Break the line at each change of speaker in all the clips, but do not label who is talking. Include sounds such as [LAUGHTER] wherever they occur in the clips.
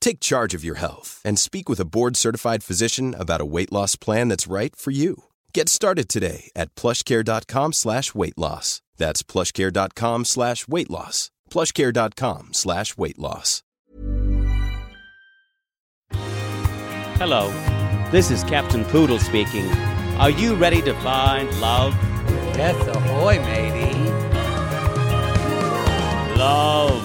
Take charge of your health and speak with a board-certified physician about a weight loss plan that's right for you. Get started today at plushcare.com slash weight loss. That's plushcare.com slash weight loss. plushcare.com slash weight loss.
Hello, this is Captain Poodle speaking. Are you ready to find love?
Death ahoy, matey.
Love.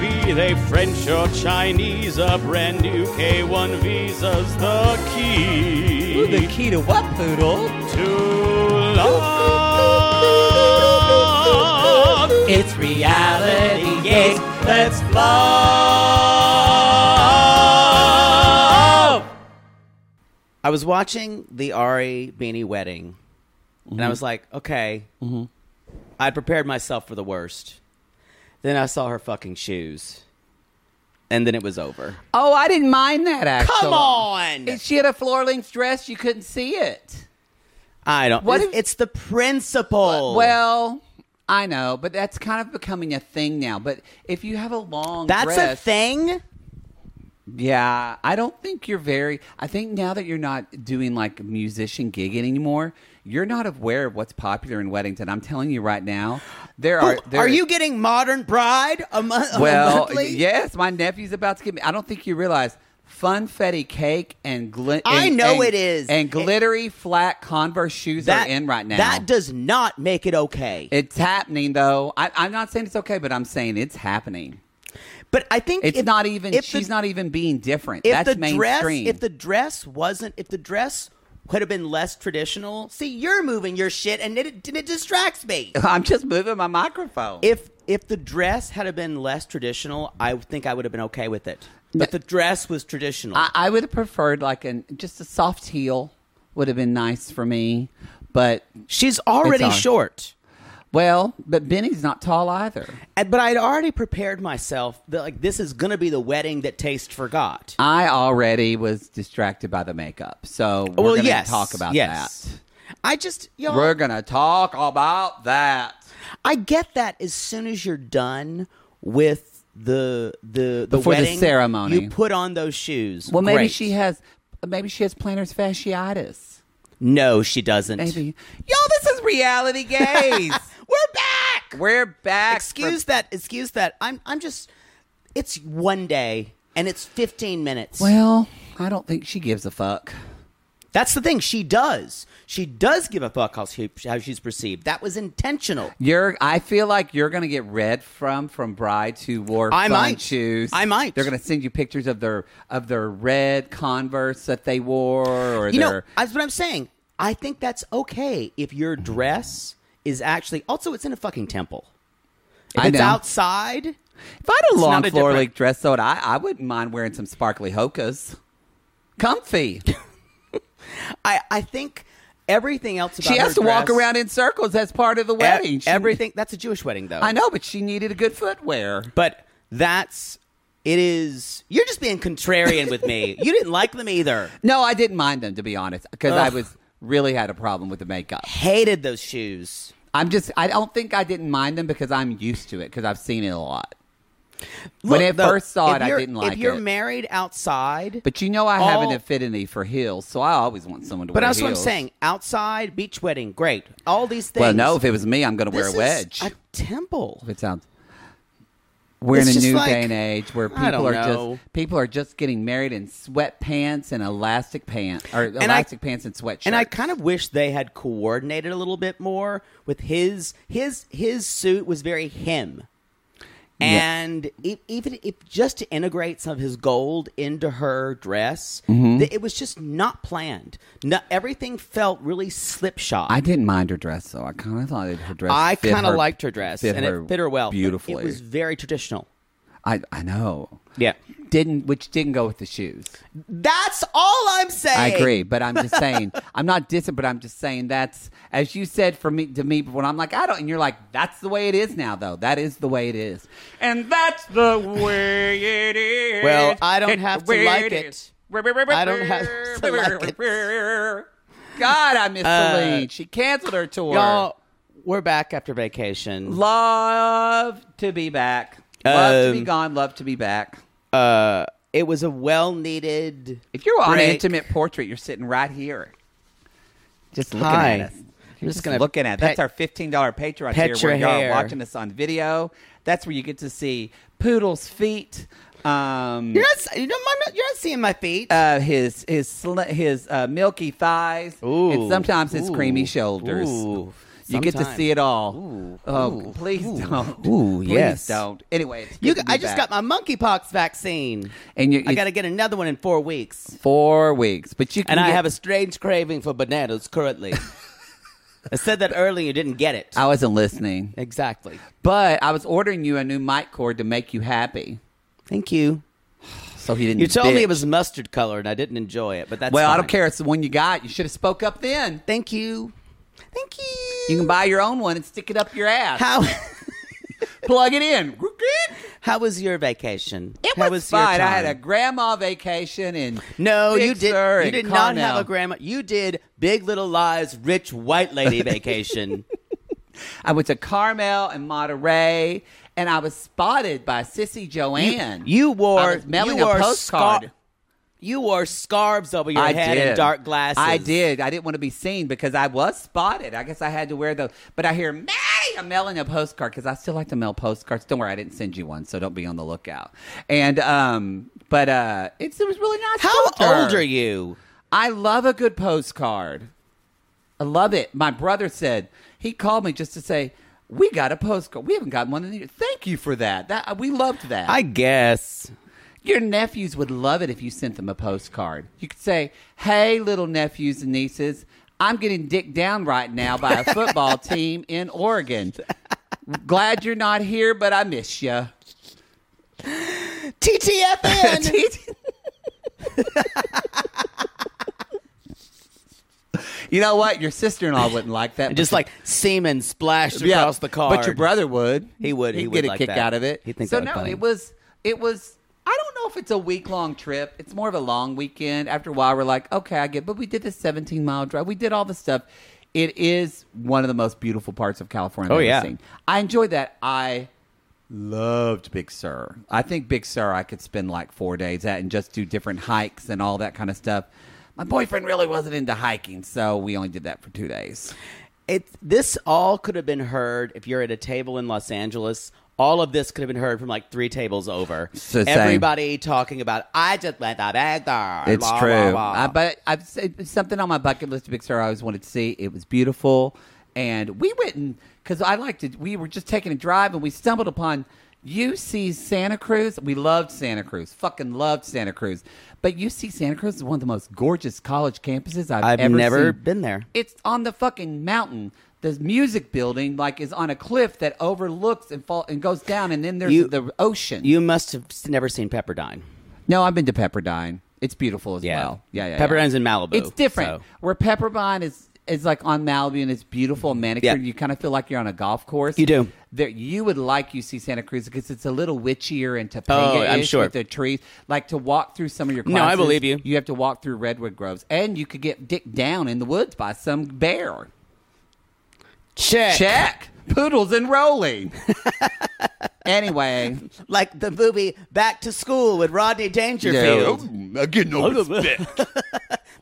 Be they French or Chinese, a brand new K1 visa's the key.
Ooh, the key to what, poodle?
to love.
It's reality, yes. Let's
love.
I was watching the Ari Beanie wedding, and I was like, okay, I prepared myself for the worst. Then I saw her fucking shoes, and then it was over.
Oh, I didn't mind that, actually.
Come on!
She had a floor length dress. You couldn't see it.
I don't. What
What if-
it's, it's the principle.
Well, I know, but that's kind of becoming a thing now. But if you have a long
that's a
dress-
thing.
Yeah, I don't think you're very. I think now that you're not doing like a musician gig anymore, you're not aware of what's popular in weddings. And I'm telling you right now, there are.
Who-
There
are you getting modern bride a, mo- a
[LAUGHS] Well,
monthly?
yes, my nephew's about to give me. I don't think you realize funfetti cake and glitter.
I know it is.
And
It-
glittery flat Converse shoes
that
are in right now.
That does not make it okay.
It's happening though. I, I'm not saying it's okay, but I'm saying it's happening.
but I think
It's
if-
not even.
if the-
she's not even being different.
If
That's
the
mainstream.
dress, if the dress wasn't, if the dress would have been less traditional. See, you're moving your shit, and it it distracts me.
[LAUGHS] I'm just moving my microphone.
if if the dress had have been less traditional, I would think I would have been okay with it. But the dress was traditional.
I, I would have preferred like an just a soft heel would have been nice for me, but
She's already
It's on.
short.
well, but Benny's not tall either.
And- But I'd already prepared myself that like this is gonna be the wedding that taste forgot.
I already was distracted by the makeup, so we're
well,
gonna
yes,
talk about
yes. I just
that.
y'all.
We're gonna talk about that.
I get that as soon as you're done with the the the
Before the
wedding,
ceremony.
you put on those shoes.
Well, maybe
Great.
she has, maybe she has plantar fasciitis.
No, she doesn't.
Maybe y'all, this is reality [LAUGHS] gaze.
We're back.
We're back.
Excuse
for-
that. Excuse that. I'm I'm just it's one day and it's 15 minutes.
Well, I don't think she gives a fuck.
That's the thing she does. She does give a fuck how she how she's perceived. That was intentional.
You're. I feel like you're gonna get read from from brides who wore
I
fun
might.
shoes.
I might.
They're gonna send you pictures of their of their red Converse that they wore, or
You know,
their.
that's what I'm saying. I think that's okay if your dress is actually also it's in a fucking temple. If
I
it's
know.
outside,
if I had a
it's
long
not a
floor
different-
length dress, so would I I wouldn't mind wearing some sparkly hokas. Comfy.
[LAUGHS] I I think everything else about
she has
her
to walk
dress-
around in circles as part of the
e-
wedding. She-
everything that's a Jewish wedding though.
I know, but she needed a good footwear.
But that's It is. You're just being contrarian with
[LAUGHS]
me. You didn't like them either.
No, I didn't mind them to be honest, because I
Ugh.
was really had a problem with the makeup.
Hated those shoes.
I'm just I don't think I didn't mind them because I'm used to it because I've seen it a lot. when
Look,
I
though,
first saw
if
it, I
you're-
didn't like
If you're
it.
married outside,
but you know, I have an
All-
affinity for heels, so I always want someone to
Oh. but
wear
that's what I'm
heels.
saying. Outside beach wedding, great. All these things.
Well, no, if it was me, I'm going to wear a
This
wedge.
is a temple.
If it sounds. We're in
It's
a
just
new
like-
day and age where
I
people
don't
are
know.
just people are just getting married in sweatpants and elastic pants or
I-
elastic pants and sweatshirts.
And I kind of wish they had coordinated a little bit more with his his his suit was very him. And e- even if just to integrate some of his gold into her dress,
Mm-hmm.
th- it was just not planned. No, everything felt really slipshod.
I didn't mind her dress though. I kind of thought it, her dress.
I
fit
kind of
her-
liked her dress,
fit
and
her
it fit her well. It-
beautifully.
it was very traditional.
I I know.
Yeah,
Didn't which didn't go with the shoes.
that's all I'm saying.
I agree, but I'm [LAUGHS] just saying I'm not dissing, but I'm just saying that's as you said for me to me when I'm like I don't, and you're like that's the way it is now though. That is the way it is, and that's the way it is.
Well, I don't have to
The way
like it.
is. [LAUGHS]
I don't have to like
God, I miss
Uh,
Celine. She canceled her tour.
Y'all, we're back after vacation.
love to be back. Love to be
Um,
gone. Love to be back.
uh, it was a well needed.
If you're on an
break.
intimate portrait, you're sitting right here, just looking
Hi.
at us.
I'm just gonna
looking at.
pet-
That's our fifteen dollar Patreon
pet
tier
your
where y'all are
hair.
watching us on video. That's where you get to see Poodle's feet. Um,
You're not, you know, I'm not, you're not seeing my feet.
uh, his his sl- his uh, milky thighs and
Ooh.
sometimes his
Ooh.
creamy shoulders.
Ooh.
You get to
Sometimes.
see it all.
Ooh.
Oh,
Ooh.
please
Ooh.
don't.
Ooh,
please
yes.
don't. Anyway, it's
you,
good to be
I just
back.
got my monkeypox vaccine,
And you-
I
it's-
got to get another one in four weeks.
four weeks, but you can
And I
get-
have a strange craving for bananas currently. [LAUGHS] I said that earlier. You didn't get it.
I wasn't listening,
exactly.
but I was ordering you a new mic cord to make you happy.
Thank you.
So he didn't.
You told me
bitch.
it was mustard color, and I didn't enjoy it. But that's
well, I
fine.
don't care. It's the one you got. You should have spoke up then.
Thank you. Thank you.
You can buy your own one and stick it up your ass.
how [LAUGHS]
Plug it in.
how was your vacation?
It
how
was,
was
fine.
Your
I
time?
had a grandma vacation and
No, you did. You did not have a grandma.
grandma.
You did Big Little Lies, rich white lady
[LAUGHS]
vacation.
I went to Carmel and Monterey, and I was spotted by Sissy Joanne.
you wore-
I was mailing
you wore
a
scar-
postcard.
you wore scarves over your
I
head
did.
and dark glasses.
I did. I didn't want to be seen because I was spotted. I guess I had to wear those. But I hear, Maddie, I'm mailing a postcard because I still like to mail postcards. Don't worry, I didn't send you one, so don't be on the lookout. And, um, but uh, it's, it was really nice.
How
talking to her.
old are you?
I love a good postcard. I love it. My brother said he called me just to say we got a postcard. We haven't gotten one in years. Thank you for that. That we loved that.
I guess.
Your nephews would love it if you sent them a postcard. You could say, "Hey, little nephews and nieces, I'm getting dicked down right now by a football team in Oregon. Glad you're not here, but I miss you." [LAUGHS]
[LAUGHS] TTFN.
you know what? Your sister-in-law wouldn't like that.
and just
because-
like semen splashed
Yeah,
across the car.
But your brother would.
He would-
He'd
he
get
would
a
like
kick
that.
out of it.
He'd think
so.
that was
no,
funny.
it was. It was. I don't know if it's a week long trip. It's more of a long weekend. After a while, we're like, okay, I get. But we did this 17 mile drive. We did all the stuff. It is one of the most beautiful parts of California. I've
Oh,
ever
yeah.
seen. I enjoyed that. I loved Big Sur. I think Big Sur, I could spend like four days at and just do different hikes and all that kind of stuff. My boyfriend really wasn't into hiking, so we only did that for two days.
It, this all could have been heard if you're at a table in Los Angeles. All of this could have been heard from like three tables over.
So same.
Everybody talking about, I just went to Baghdad.
It's
blah,
true.
blah, blah."
I, but I've said it's something on my bucket list of Big Sur I always wanted to see. It was beautiful, and we went and because I liked to. We were just taking a drive, and we stumbled upon UC Santa Cruz. We loved Santa Cruz, fucking loved Santa Cruz. But UC Santa Cruz is one of the most gorgeous college campuses I've,
I've
ever
never
seen.
been there.
It's on the fucking mountain. The music building like is on a cliff that overlooks and fall and goes down, and then there's
You-
the ocean.
You must have s- never seen Pepperdine.
No, I've been to Pepperdine. It's beautiful as
Yeah.
well. Yeah, yeah.
Pepperdine's
yeah.
in Malibu,
It's different.
so-
Where Pepperdine is is like on Malibu and it's beautiful and manicured.
Yeah.
You kind of feel like you're on a golf course.
You do.
that you would like UC Santa Cruz because it's a little witchier and Topanga.
Oh, I'm sure.
with the trees. Like to walk through some of your.
No,
Classes,
I believe you.
You have to walk through redwood groves, and you could get dicked down in the woods by some bear.
Check.
Check poodles and
[LAUGHS]
rolling. anyway,
Like the movie Back to School with Rodney Dangerfield.
I get
[LAUGHS]
no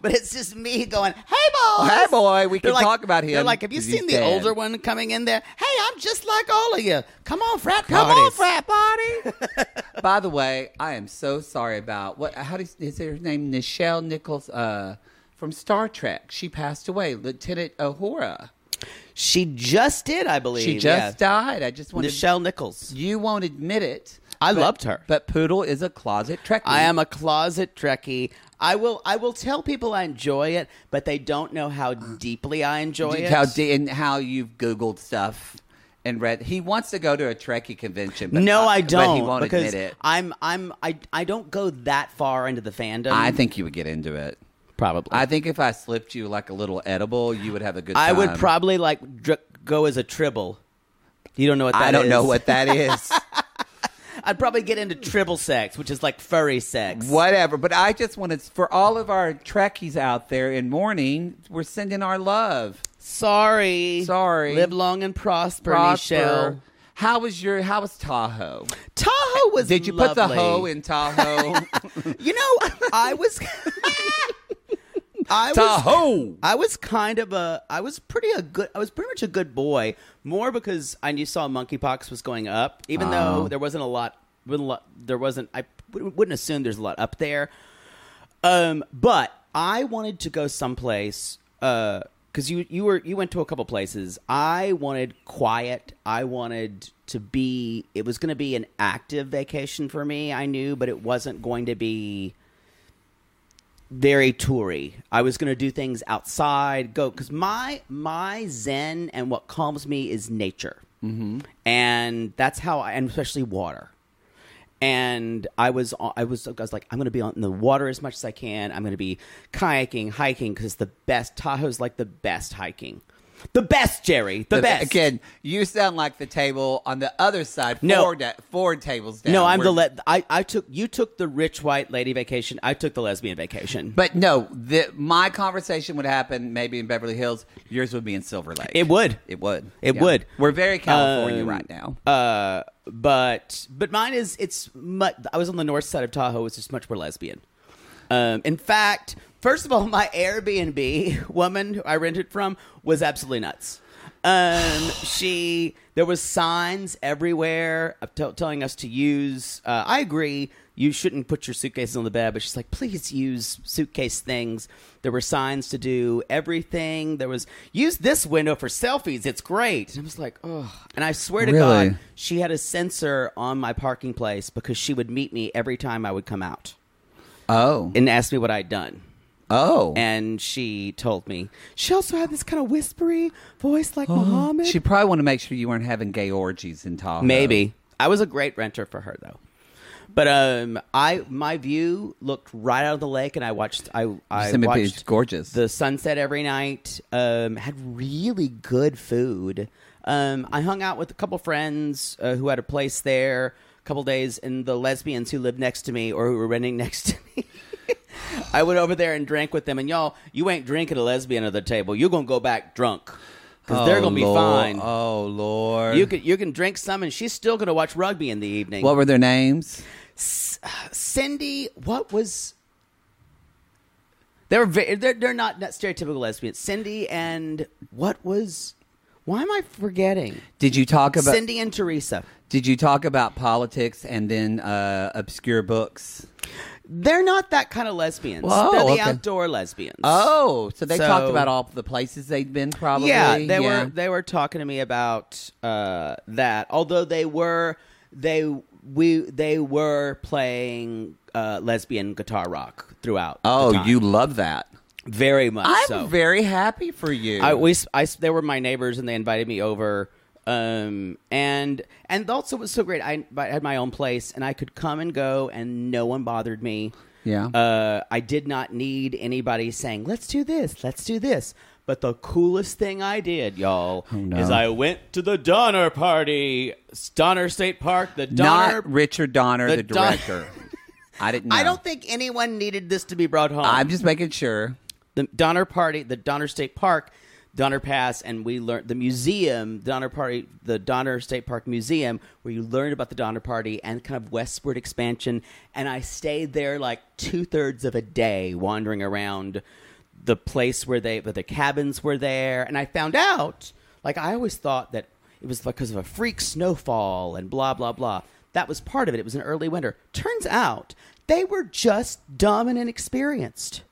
But it's just me going, hey, boy.
Hey, boy, we can talk about
They're
him
like, have you
'cause he's
seen the
dead."
older one coming in there? Hey, I'm just like all of you. Come on, frat. Come on,
Comedies.
frat party.
[LAUGHS] By the way, I am so sorry about what. How do you- is her name? Nichelle Nichols uh, from Star Trek. She passed away, Lieutenant Uhura.
she just did, I believe.
She just
yeah.
died. I just wanted
Nichelle Nichols.
You won't admit it.
I
but-
loved her.
but Poodle is a closet Trekkie.
I am a closet Trekkie. I will. I will tell people I enjoy it, but they don't know how deeply I enjoy it.
how di- and how you've Googled stuff and read. He wants to go to a Trekkie convention. But
no, I don't.
But he won't
because
admit it.
I'm. I'm. I. I don't go that far into the fandom.
I think you would get into it.
probably.
I
I,
think if I slipped you like a little edible, you would have a good time.
I would probably like dr- go as a tribble. You don't know what that is.
I don't know what [LAUGHS] that is.
[LAUGHS] I'd probably get into tribble sex, which is like furry sex.
Whatever. But I just wanted for all of our Trekkies out there in mourning, we're sending our love.
Sorry.
Sorry.
Live long and prosper,
Prosper.
Michelle.
How was your how was Tahoe?
Tahoe was
Did you put the
lovely.
hoe in [LAUGHS] Tahoe?
You know, I was
[LAUGHS]
[LAUGHS] I was
Tahoe.
I was kind of a I was pretty a good I was pretty much a good boy, more because I knew saw monkeypox was going up, even though there wasn't a lot, wasn't a lot there wasn't I wouldn't wouldn't assume there's a lot up there. Um, but I wanted to go someplace because you you were you went to a couple places. I wanted quiet. I wanted to be. It was going to be an active vacation for me. I knew, but it wasn't going to be very toury. I was going to do things outside. Go because my my zen and what calms me is nature, mm-hmm. and that's how I and especially water and I was I was I was like I'm gonna be on in the water as much as I can. I'm gonna be kayaking, hiking because the best Tahoe's like the best hiking, the best Jerry, the, best.
Again, you sound like the table on the other side.
No.
Four, da- four tables down.
no, I'm the
We're-
le- I I took you took the rich white lady vacation. I took the lesbian vacation.
But no, the, my conversation would happen maybe in Beverly Hills. Yours would be in Silver Lake.
it would
It would.
It
Yeah.
would.
We're very California
Um,
right now.
Uh, but but mine is it's much. I was on the north side of Tahoe. It's just much more lesbian. Um, in fact, first of all, my Airbnb woman who I rented from was absolutely nuts. Um, she there was signs everywhere of t- telling us to use. Uh, I agree. You shouldn't put your suitcases on the bed, but she's like, please use suitcase things. There were signs to do everything. There was use this window for selfies. It's great. And I was like, oh. And I swear to
Really?
God, she had a sensor on my parking place because she would meet me every time I would come out
oh.
and asked me what I'd done.
oh.
And she told me. She also had this kind of whispery voice like Muhammad.
she probably want to make sure you weren't having gay orgies in Tahoe.
Maybe. I was a great renter for her though. But um I my view looked right out of the lake and I watched I I
sent me pictures.
watched
Gorgeous.
The sunset every night. Um had really good food. Um I hung out with a couple friends uh, who had a place there a couple days and the lesbians who lived next to me or who were renting [LAUGHS] next to me. I went over there and drank with them, and y'all, you ain't drinking a lesbian at the table. You're gonna go back drunk because they're
Oh,
gonna be
Lord.
fine.
Oh Lord.
You can you can drink some, and she's still going to watch rugby in the evening.
what were their names?
Cindy, what was? They're ve- they're they're not, not stereotypical lesbians. Cindy and what was? Why am I forgetting?
Did you talk about
Cindy and Teresa.
Did you talk about politics and then uh, obscure books?
They're not that kind of lesbians.
Whoa,
they're the
okay.
outdoor lesbians.
Oh, so they talked
So-
about all the places they'd been. Probably,
Yeah, they were they were talking to me about uh, that. Although they were they we they were playing uh, lesbian guitar rock throughout. the
oh,
time.
you love that.
very much.
I'm
so.
very happy for you.
I we I they were my neighbors and they invited me over. Um and and also it was so great. I, I had my own place and I could come and go and no one bothered me.
Yeah.
Uh, I did not need anybody saying, let's do this, let's do this. But the coolest thing I did, y'all,
Oh, no.
is I went to the Donner Party, Donner State Park, the Donner.
Not Richard Donner, the,
the Don-
director. [LAUGHS] I didn't. Know.
I don't think anyone needed this to be brought home.
I'm just making sure.
the Donner Party, the Donner State Park, Donner Pass, and we learned the museum, Donner Party, the Donner State Park Museum, where you learned about the Donner Party and kind of westward expansion. And I stayed there like two thirds of a day wandering around the place where they, where the cabins were there. And I found out, like, I always thought that it was because of a freak snowfall and blah, blah, blah. That was part of it. It was an early winter. Turns out they were just dumb and inexperienced.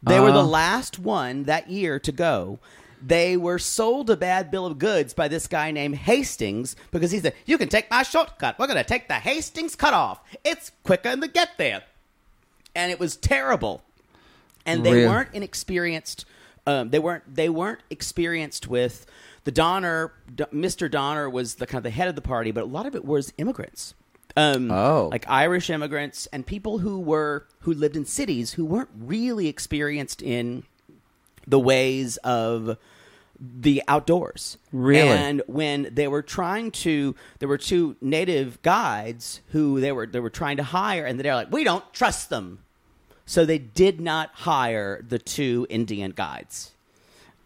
They were the last one that year to go. They were sold a bad bill of goods by this guy named Hastings because he said, You can take my shortcut. We're going to take the Hastings cutoff. It's quicker than to get there. And it was terrible. And they
Really?
weren't inexperienced. Um, they weren't. They weren't experienced with the Donner. D- Mr. Donner was the kind of the head of the party, but a lot of it was immigrants. Um,
Oh.
like Irish immigrants and people who were who lived in cities who weren't really experienced in the ways of the outdoors.
Really?
And when they were trying to there were two native guides who they were they were trying to hire and they're like, "We don't trust them." So they did not hire the two Indian guides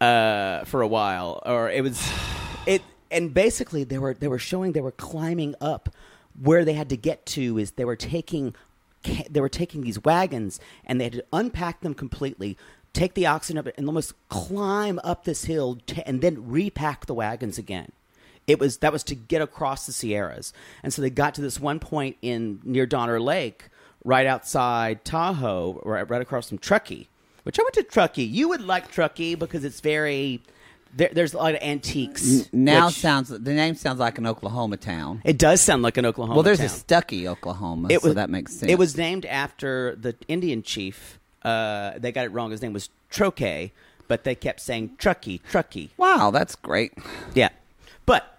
uh, for a while, or it was [SIGHS] it. And basically, they were they were showing they were climbing up where they had to get to is they were taking ca- they were taking these wagons and they had to unpack them completely. Take the oxygen up and almost climb up this hill t- and then repack the wagons again. It was that was to get across the Sierras, and so they got to this one point in near Donner Lake, right outside Tahoe, right, right across from Truckee. Which I went to Truckee. You would like Truckee because it's very there, there's a lot of antiques.
Now
which-
sounds the name sounds like an Oklahoma town.
it does sound like an Oklahoma.
well, there's
town.
a Stucky, Oklahoma,
It
so that makes sense.
It was named after the Indian chief. Uh, they got it wrong. His name was Troche, but they kept saying Truckee, Truckee.
wow, that's great.
Yeah, but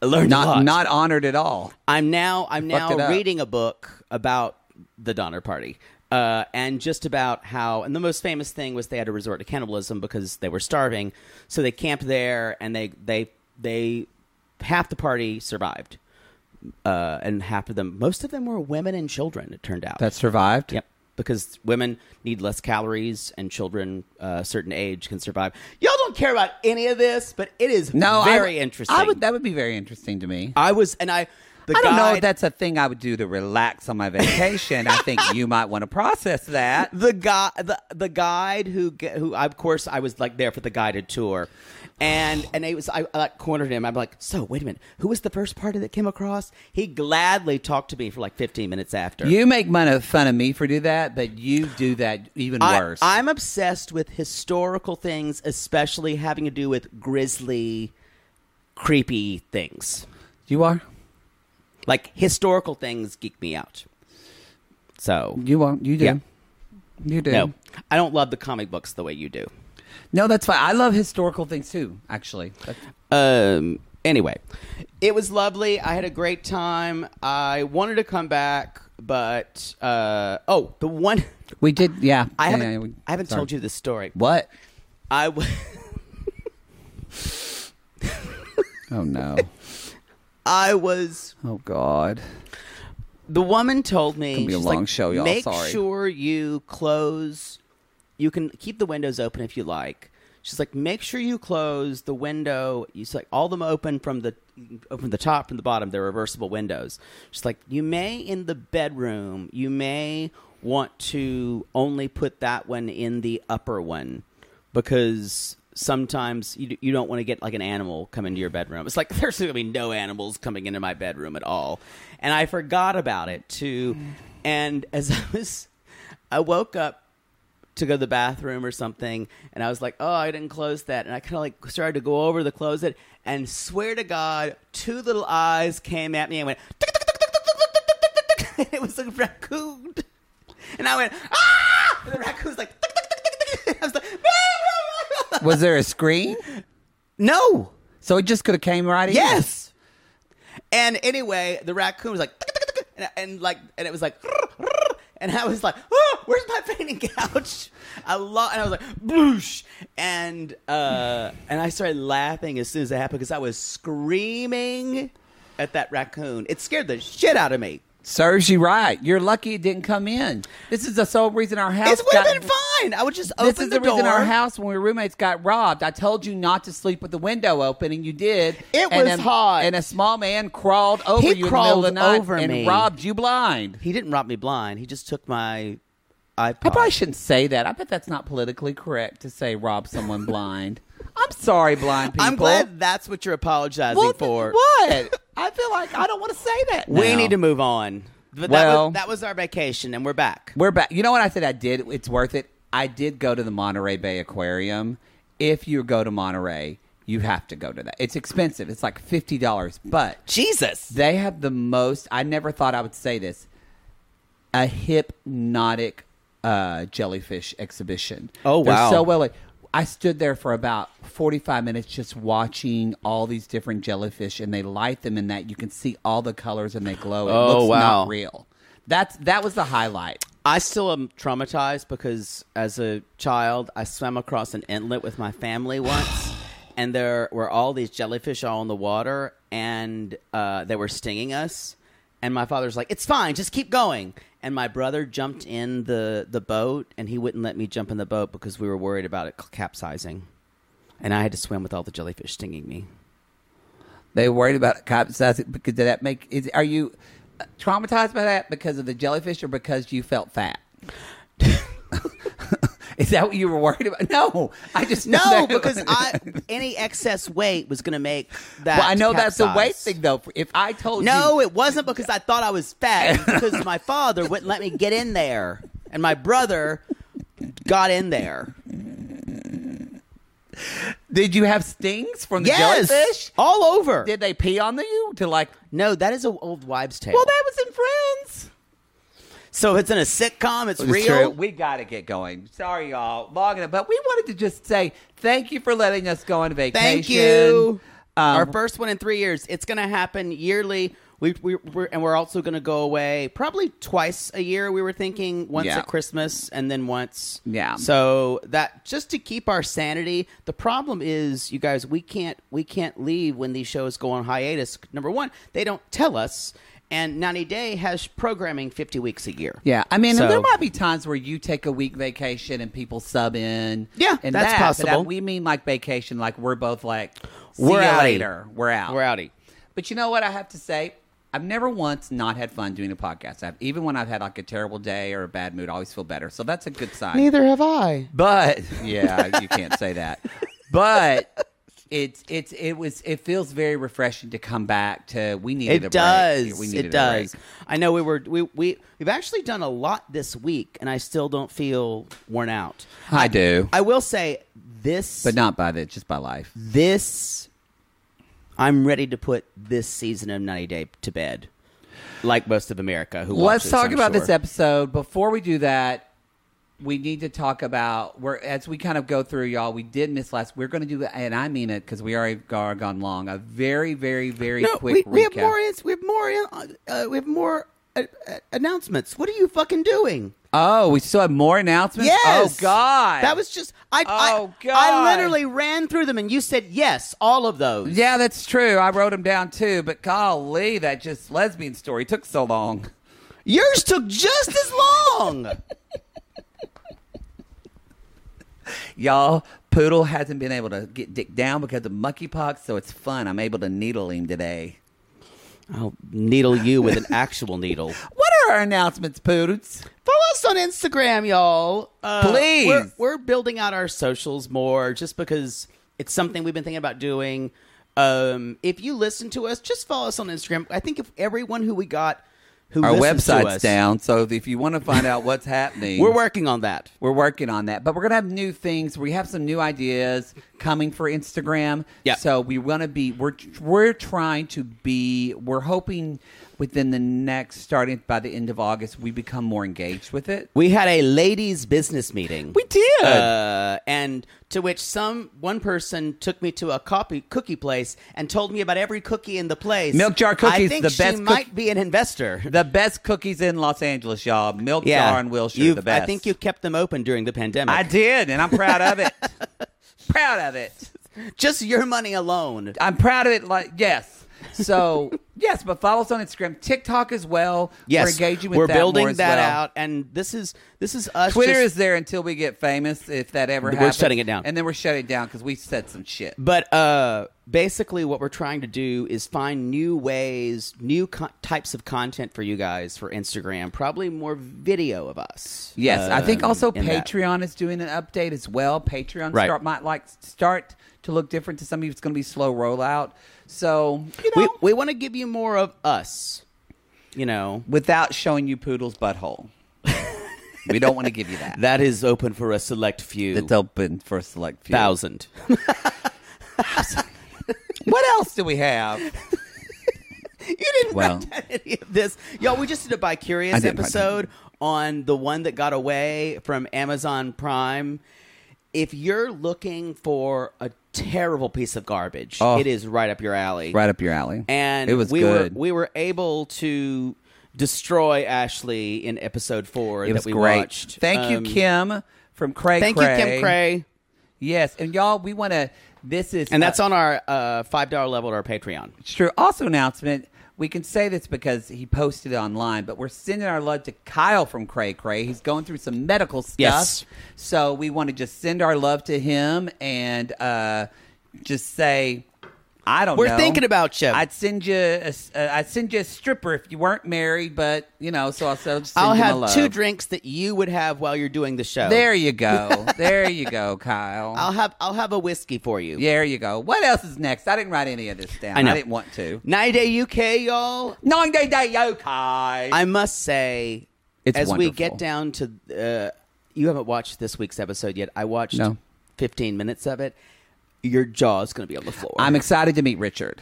I learned a
Not
lot.
not honored at all.
I'm now I'm
Fucked it
now
up.
reading a book about the Donner Party. Uh, and just about how, and the most famous thing was they had to resort to cannibalism because they were starving. So they camped there, and they they they half the party survived, uh, and half of them, most of them were women and children. It turned out
That survived.
Yep. Because women need less calories and children uh, a certain age can survive. Y'all don't care about any of this, but it is
No, I
very
would-
interesting.
I would that would be very interesting to me.
I was, and I. The
I don't know if
guide-
that's a thing I would do to relax on my vacation. I think you might want to process that.
[LAUGHS] the guy the, the guide who g- who of course I was like there for the guided tour and and it was I, I like, cornered him I'm like so wait a minute who was the first party that came across he gladly talked to me for like 15 minutes after
You make fun of, fun of me for do that, but you do that even
I,
worse.
I'm obsessed with historical things especially having to do with grisly creepy things
you are.
like historical things geek me out so
You are. You do.
Yeah.
You do.
no I don't love the comic books the way you do
No, that's fine. I love historical things too. Actually, That's-
Um. Anyway, it was lovely. I had a great time. I wanted to come back, but uh, oh, the one [LAUGHS]
we did. Yeah,
I
Yeah,
haven't
yeah, we-
I haven't
sorry.
told you this story.
what.
I w- [LAUGHS]
Oh no!
I was
Oh god!
the woman told me
Gonna be a
she's
long
like,
show, y'all.
Make
Sorry."
sure you close. You can keep the windows open if you like. She's like, make sure you close the window. You like all them open from the open the top from the bottom. They're reversible windows. She's like, you may in the bedroom. You may want to only put that one in the upper one because sometimes you, you don't want to get like an animal come into your bedroom. It's like [LAUGHS] there's going to be no animals coming into my bedroom at all. And I forgot about it too. And as I was, I woke up to go to the bathroom or something, and I was like, oh, I didn't close that. And I kind of like started to go over to close it, and swear to God, two little eyes came at me and went, "Tick, tick, tick, tick, tick, tick, tick, tick, tick," [LAUGHS] and it was a raccoon. And I went, ah! And the raccoon's like, "Tick, tick, tick, tick, tick," and [LAUGHS] I was like, "Ah!"
Was there a screen?
[LAUGHS] no,
So it just could have came right in.
yes. And anyway, the raccoon was like, "Tick, tick, tick," and, and like, and it was like, "Rrr, rrr," [LAUGHS] And I was like, [LAUGHS] oh, where's my fainting couch? I love, and I was like, boosh. And, uh, and I started laughing as soon as it happened because I was screaming at that raccoon. It scared the shit out of me.
Serves you right. You're lucky it didn't come in. This is the sole reason our house
It would have
got-
been fine. I would just open
This is
the,
the,
door.
reason our house when we were roommates got robbed. I told you not to sleep with the window open, and you did.
It
and
was
a,
hot.
and a small man crawled over
He
you in the middle of the
crawled
night
over
and
me.
robbed you blind.
He didn't rob me blind. He just took my iPod.
I probably shouldn't say that. I bet that's not politically correct to say rob someone blind. I'm sorry, blind people.
I'm glad that's what you're apologizing
Well,
for.
What? I feel like I don't want to say that.
We
now.
need to move on. But that,
Well-
was, that was our vacation, and we're back.
We're back. You know what I said I did? It's worth it. I did go to the Monterey Bay Aquarium. If you go to Monterey, you have to go to that. It's expensive. It's like $50, but
Jesus.
they have the most I never thought I would say this. A hypnotic uh, jellyfish exhibition.
Oh, wow.
They're so well I stood there for about 45 minutes just watching all these different jellyfish and they light them in that you can see all the colors and they glow. It
Oh,
looks
wow.
not real. That's that was the highlight.
I still am traumatized because as a child, I swam across an inlet with my family once, [SIGHS] and there were all these jellyfish all in the water, and uh, they were stinging us. And my father's like, "It's fine, just keep going." And my brother jumped in the the boat, and he wouldn't let me jump in the boat because we were worried about it capsizing, and I had to swim with all the jellyfish stinging me.
They worried about capsizing because did that make is are you uh, traumatized by that because of the jellyfish or because you felt fat? [LAUGHS] is that what you were worried about? No, I just
[LAUGHS] No,
[LAUGHS]
because I, any excess weight was going to make that.
Well, I know that's a weight
capsize.
thing though. If I told
No,
you,
it wasn't because I thought I was fat. It was because
[LAUGHS]
my father wouldn't let me get in there, and my brother got in there.
did you have stings from the
yes,
jellyfish?
all over.
Did they pee on you to like?
no, that is an old wives' tale.
Well, that was in Friends.
so it's in a sitcom. It's
It's
real.
true. We got to get going. Sorry, y'all. Long enough. But we wanted to just say thank you for letting us go on vacation.
Thank you.
Um,
Our first one in three years. It's going to happen yearly. We, we, we're, and we're also going to go away probably twice a year. We were thinking once
Yeah.
at Christmas and then once.
Yeah.
So that just to keep our sanity. The problem is, you guys, we can't we can't leave when these shows go on hiatus. Number one, they don't tell us, and 90 Day has programming 50 weeks a year.
Yeah, I mean,
So-
there might be times where you take a week vacation and people sub in.
Yeah,
and
that's
that, but
possible.
I- we mean like vacation, like we're both like, See
We're outie.
ya later, we're out,
We're outie.
But you know what I have to say? I've never once not had fun doing a podcast. I've, even when I've had like a terrible day or a bad mood, I always feel better. So that's a good sign.
Neither have I.
But [LAUGHS] yeah, you can't say that. But it's it's it was it feels very refreshing to come back to. We needed
It
a
does.
break. We needed
it
a break.
does. I know we were we we we've actually done a lot this week, and I still don't feel worn out.
I do,
I will say this,
but not by the just by life.
this. I'm ready to put this season of 90 Day to bed, like most of America. Who
Let's
watches,
talk
I'm
about
sure.
this episode. Before we do that, we need to talk about we're as we kind of go through, y'all. We did miss last. We're going to do, and I mean it because we already are gone long. A very, very, very
No, we,
quick
we have
recap.
more. ins- We have more. in- Uh, we have more uh, uh, announcements. What are you fucking doing?
oh, we still have more announcements.
Yes.
Oh God,
That was just I.
Oh,
I, I
God.
literally ran through them, and you said yes, all of those.
yeah, that's true. I wrote them down too, but golly, that just lesbian story took so long.
Yours took just as long.
Y'all, Poodle hasn't been able to get dick down because of monkeypox, so it's fun. I'm able to needle him today.
I'll needle you with an actual needle.
What are our announcements, Poodles?
Follow us on Instagram, y'all. Uh,
Please.
We're, we're building out our socials more just because it's something we've been thinking about doing. Um, if you listen to us, just follow us on Instagram. I think if everyone who we got who
Our
listens to
website's
us-
down, so if you want to find out what's
[LAUGHS]
happening,
We're working on that.
we're working on that. But we're gonna have new things. We have some new ideas coming for Instagram.
Yep.
So we want to be we're we're trying to be we're hoping within the next, starting by the end of August, we become more engaged with it.
We had a ladies' business meeting.
We did.
uh, and to which some one person took me to a copy, cookie place and told me about every cookie in the place.
Milk jar cookies,
I think
the
she
best
might
cook-
be an investor.
The best cookies in Los Angeles, y'all. Milk Jar and Wilshire,
You've-
the best.
I think you kept them open during the pandemic.
I did, and I'm proud
[LAUGHS]
of it. proud of it.
Just your money alone.
I'm proud of it. Like yes.
[LAUGHS]
So yes, but follow us on Instagram, TikTok as well.
Yes,
we're engaging with
we're
that
building
more as
that
well.
out, and this is this is us.
Twitter
just-
is there until we get famous, if that ever
We're
happens.
shutting it down.
and then we're shutting it down because we said some shit.
But uh, basically, what we're trying to do is find new ways, new co- types of content for you guys for Instagram. Probably more video of us.
Yes, I think
um,
also
in that.
Patreon is doing an update as well. Patreon
Right.
start might like start to look different to some of you. It's going to be slow rollout. So you know,
We we want to give you more of us. You know
without showing you Poodle's
[LAUGHS]
butthole, we don't want to give you that.
that is open for a select few.
It's open for a select few.
thousand.
What else do we have?
[LAUGHS] you didn't
Well-
write down any of this, y'all. We just did a by
I
curious
didn't write down.
episode on the one that got away from Amazon Prime. If you're looking for a terrible piece of garbage,
Oh.
it is right up your alley.
Right up your alley.
and
it was
we
good.
Were, we were able to destroy Ashley in episode four
it
that
was
we
great.
watched.
Thank
Um,
you, Kim, from Cray.
Thank
Cray.
you, Kim Cray.
Yes, and y'all, we want to. This is
And that's
uh,
on our uh, five dollar level at our Patreon.
It's true. Also, announcement. We can say this because he posted it online, but we're sending our love to Kyle from Cray Cray. He's going through some medical stuff,
Yes.
so we want to just send our love to him and uh, just say, I don't.
We're
know.
thinking about you.
I'd send you. A, uh, I'd send you a stripper if you weren't married, but you know. So I'll, so I'll just send
I'll
you my
have two
love.
drinks that you would have while you're doing the show.
There
[LAUGHS]
you go. There you go, Kyle.
I'll have I'll have a whiskey for you.
[LAUGHS] there you go. What else is next? I didn't write any of this down.
I know.
didn't want to.
Nine Day UK, y'all.
Nine day day yo, Kyle.
I must say,
It's
as we
wonderful.
get down to, uh, you haven't watched this week's episode yet. I watched
No.
15 minutes of it. Your jaw's going to be on the floor.
I'm excited to meet Richard.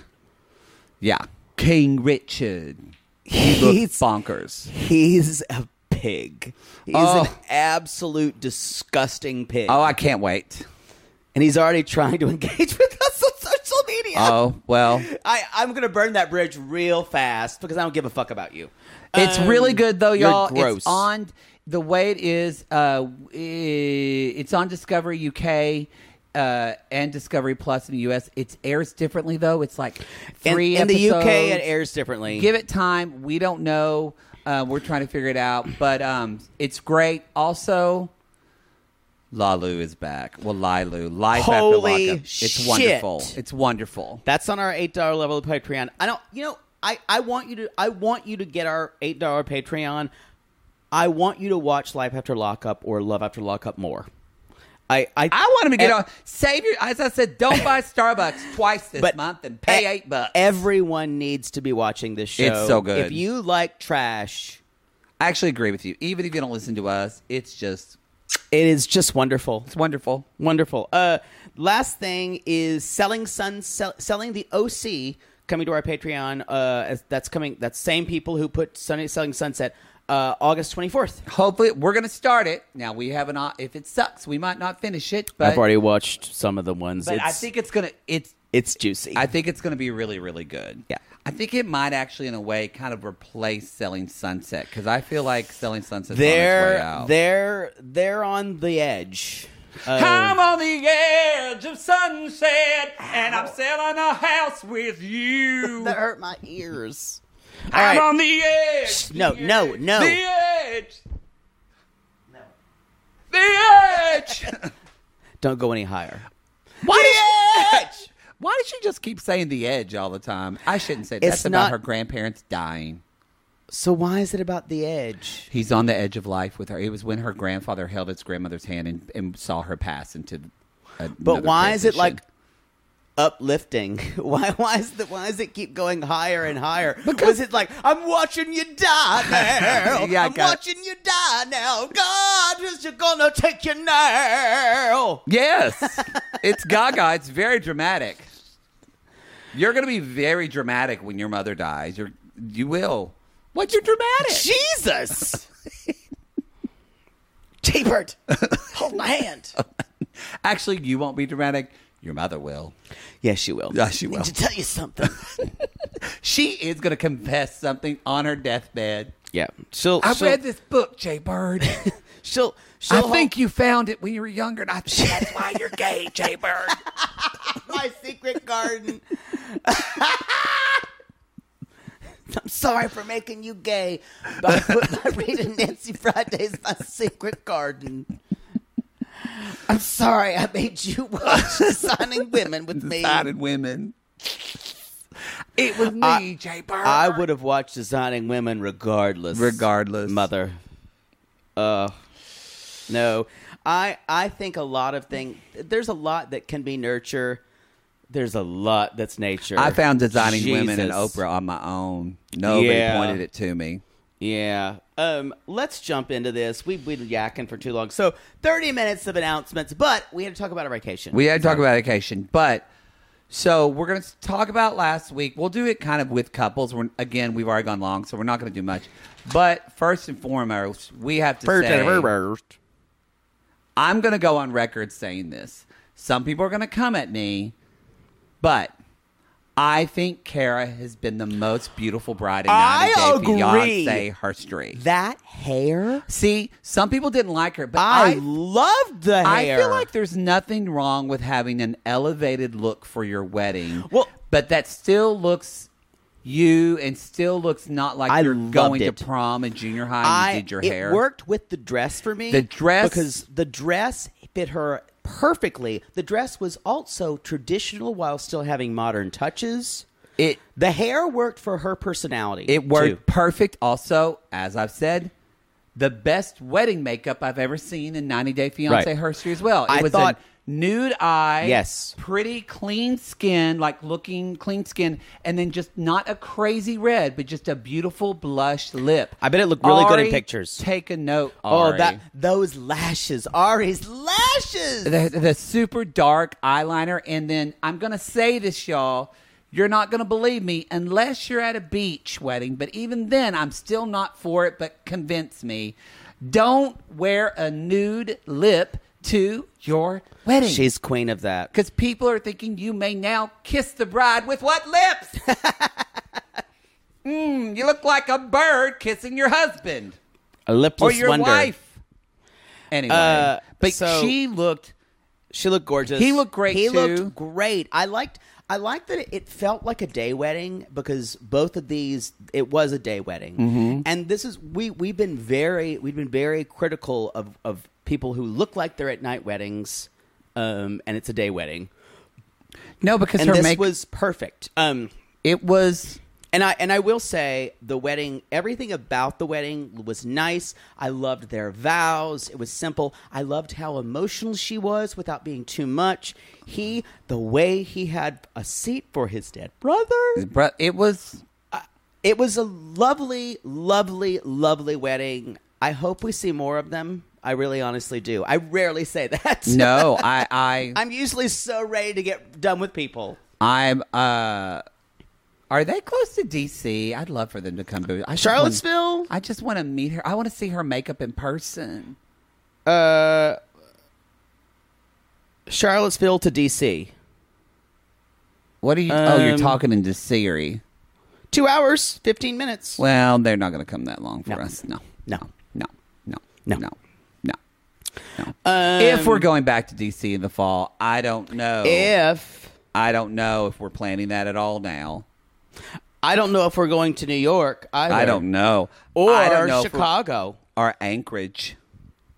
Yeah. King Richard. He looks
He's-
bonkers.
He's a pig. He's
Oh.
an absolute disgusting pig.
Oh, I can't wait.
and he's already trying to [LAUGHS] engage with us on social media.
Oh, well.
I, I'm going to burn that bridge real fast because I don't give a fuck about you.
It's
Um,
really good though,
you're
y'all.
gross.
It's on the way it is. Uh, i- it's on Discovery UK uh, and Discovery Plus in the US. It airs differently though. It's like
In-
three
in, the UK, it
episodes.
airs differently.
Give it time. We don't know. Uh, we're trying to figure it out, but um, it's great. Also, Lalu is back. Well, Lilu, life
Holy
after lockup. It's
shit.
wonderful. It's wonderful.
That's on our eight dollar level of Patreon. I don't. You know, I I want you to. I want you to get our eight dollar Patreon. I want you to watch Life After Lockup or Love After Lockup more. I I,
I want him to get
E-
on. Save your. As I said, don't [LAUGHS] buy Starbucks twice this month and pay
e-
eight bucks.
Everyone needs to be watching this show.
It's so good.
If you like trash,
I actually agree with you. Even if you don't listen to us, it's just
it is just wonderful.
it's wonderful.
Wonderful. Uh, last thing is selling Sun, sell, selling the OC coming to our Patreon. Uh, as- that's coming. That's same people who put Sunny Selling Sunset uh, August twenty fourth.
Hopefully, we're gonna start it. Now we have an. op- If it sucks, we might not finish it. But
I've already watched some of the ones.
But
it's,
I think it's gonna. It's
it's juicy.
I think it's going to be really, really good.
Yeah.
I think it might actually, in a way, kind of replace Selling Sunset because I feel like Selling Sunset's on its way
they're
out.
they're they're on the edge. Uh,
I'm on the edge of sunset and I'm selling a house with you.
That hurt my ears. All
I'm
right.
on the edge.
no, no, no.
The edge. No. The edge.
Don't go any higher.
[LAUGHS] Why the edge? Why does she just keep saying the edge all the time? I shouldn't say that.
It's
That's about
not-
her grandparents dying.
So why is it about the edge?
He's on the edge of life with her. It was when her grandfather held his grandmother's hand and, and saw her pass into.
But
another
why is it
transition.
like uplifting? [LAUGHS] Why why is the why is it keep going higher and higher? Was it like I'm watching you
[LAUGHS]
die now?
Yeah, I
I'm
got it.
watching you die now. God is gonna take you now.
Yes, it's Gaga. It's very dramatic. You're going to be very dramatic when your mother dies. Your You will. What? You're dramatic. [LAUGHS]
Jesus. T-Bird, hold my hand.
Actually, you won't be dramatic. Your mother will.
[LAUGHS] Yes, you Ah, will.
Yes, you will.
Need to tell you
[LAUGHS]
something.
She is going to confess something on her deathbed.
yeah. She'll,
I
she'll,
read this book, Jay [LAUGHS] Bird.
she'll, she'll
I
hold-
think you found it when you were younger, and I think that's why you're gay, Jay [LAUGHS] Bird.
[LAUGHS] my secret garden. [LAUGHS] I'm sorry for making you gay by, by [LAUGHS] reading Nancy Friday's My Secret Garden. I'm sorry I made you [LAUGHS] watch Designing Women with me.
Decided women. It was me, Jay Bird.
I would have watched Designing Women regardless.
Regardless.
Mother. Uh no. I I think a lot of thing there's a lot that can be nurture. There's a lot that's nature.
I found designing women and
Jesus.
Oprah on my own. Nobody
Yeah.
pointed it to me.
Yeah. Um, let's jump into this. We've been yakking for too long. So 30 minutes of announcements, but we had to talk about a vacation.
We had to talk about education, but so we're going to talk about last week. We'll do it kind of with couples. We're, again, we've already gone long, so we're not going to do much. But first and foremost, we have to say I'm going to go on record saying this. Some people are going to come at me, but I think Kara has been the most beautiful bride in 90
I
Day
agree.
Beyonce history.
that hair.
See, some people didn't like her, but
I,
I
loved the hair.
I feel like there's nothing wrong with having an elevated look for your wedding.
Well-
but that still looks you and still looks not like
I
you're
loved
going
it.
to prom in junior high and
I
you did your
it
hair.
worked with the dress for me.
The dress-
because the dress fit her perfectly. The dress was also traditional while still having modern touches.
It
The hair worked for her personality.
it worked
too.
perfect. Also, as I've said, the best wedding makeup I've ever seen in 90 Day Fiance
Right.
history as well. It
I
was
thought-
a nude eye,
Yes.
pretty clean skin, like looking clean skin, and then just not a crazy red, but just a beautiful blush lip.
I bet it looked really good in
Ari,
pictures.
Take a note.
Oh,
Ari.
that those lashes, Ari's lashes.
the, the super dark eyeliner. And then I'm going to say this, y'all. You're not going to believe me unless you're at a beach wedding. But even then, I'm still not for it. But convince me. Don't wear a nude lip to your wedding.
She's queen of that.
Because people are thinking you may now kiss the bride with what
[LAUGHS]
lips? mm, you look like a bird kissing your husband
A
or
lipless
your
wonder.
wife. Anyway,
Uh,
but
so-
she looked.
She looked gorgeous.
He looked great,
He
too.
looked great. I liked. I liked that it- it felt like a day wedding because both of these, it was a day wedding,
Mm-hmm.
and this is we we've been very we've been very critical of of people who look like they're at night weddings, um, and it's a day wedding,
No, because
and
her
this
make
was perfect. Um,
It was
And I and I will say the wedding, everything about the wedding was nice. I loved their vows. It was simple. I loved how emotional she was without being too much. He, the way he had a seat for his dead brother.
bro, it was
It was a lovely, lovely, lovely wedding. I hope we see more of them. I really honestly do. I rarely say [LAUGHS] that.
no, I I
[LAUGHS] I'm usually so ready to get done with people.
I'm uh are they close to DC? I'd love for them to come to I just wanna-
Charlottesville?
I just want to meet her. I want to see her makeup in person.
Uh Charlottesville to DC.
What are you? oh, you're
Um,
talking into Siri.
Two hours, fifteen minutes.
Well, they're not going to come that long
No.
for us. No,
No.
no, no,
No.
no, no, no. if we're going back to DC in the fall, I don't know.
Um, if
I don't know if we're planning that at all now.
I don't know if we're going to New York, either.
I don't know.
or
I don't know if we're-
Chicago.
or Anchorage.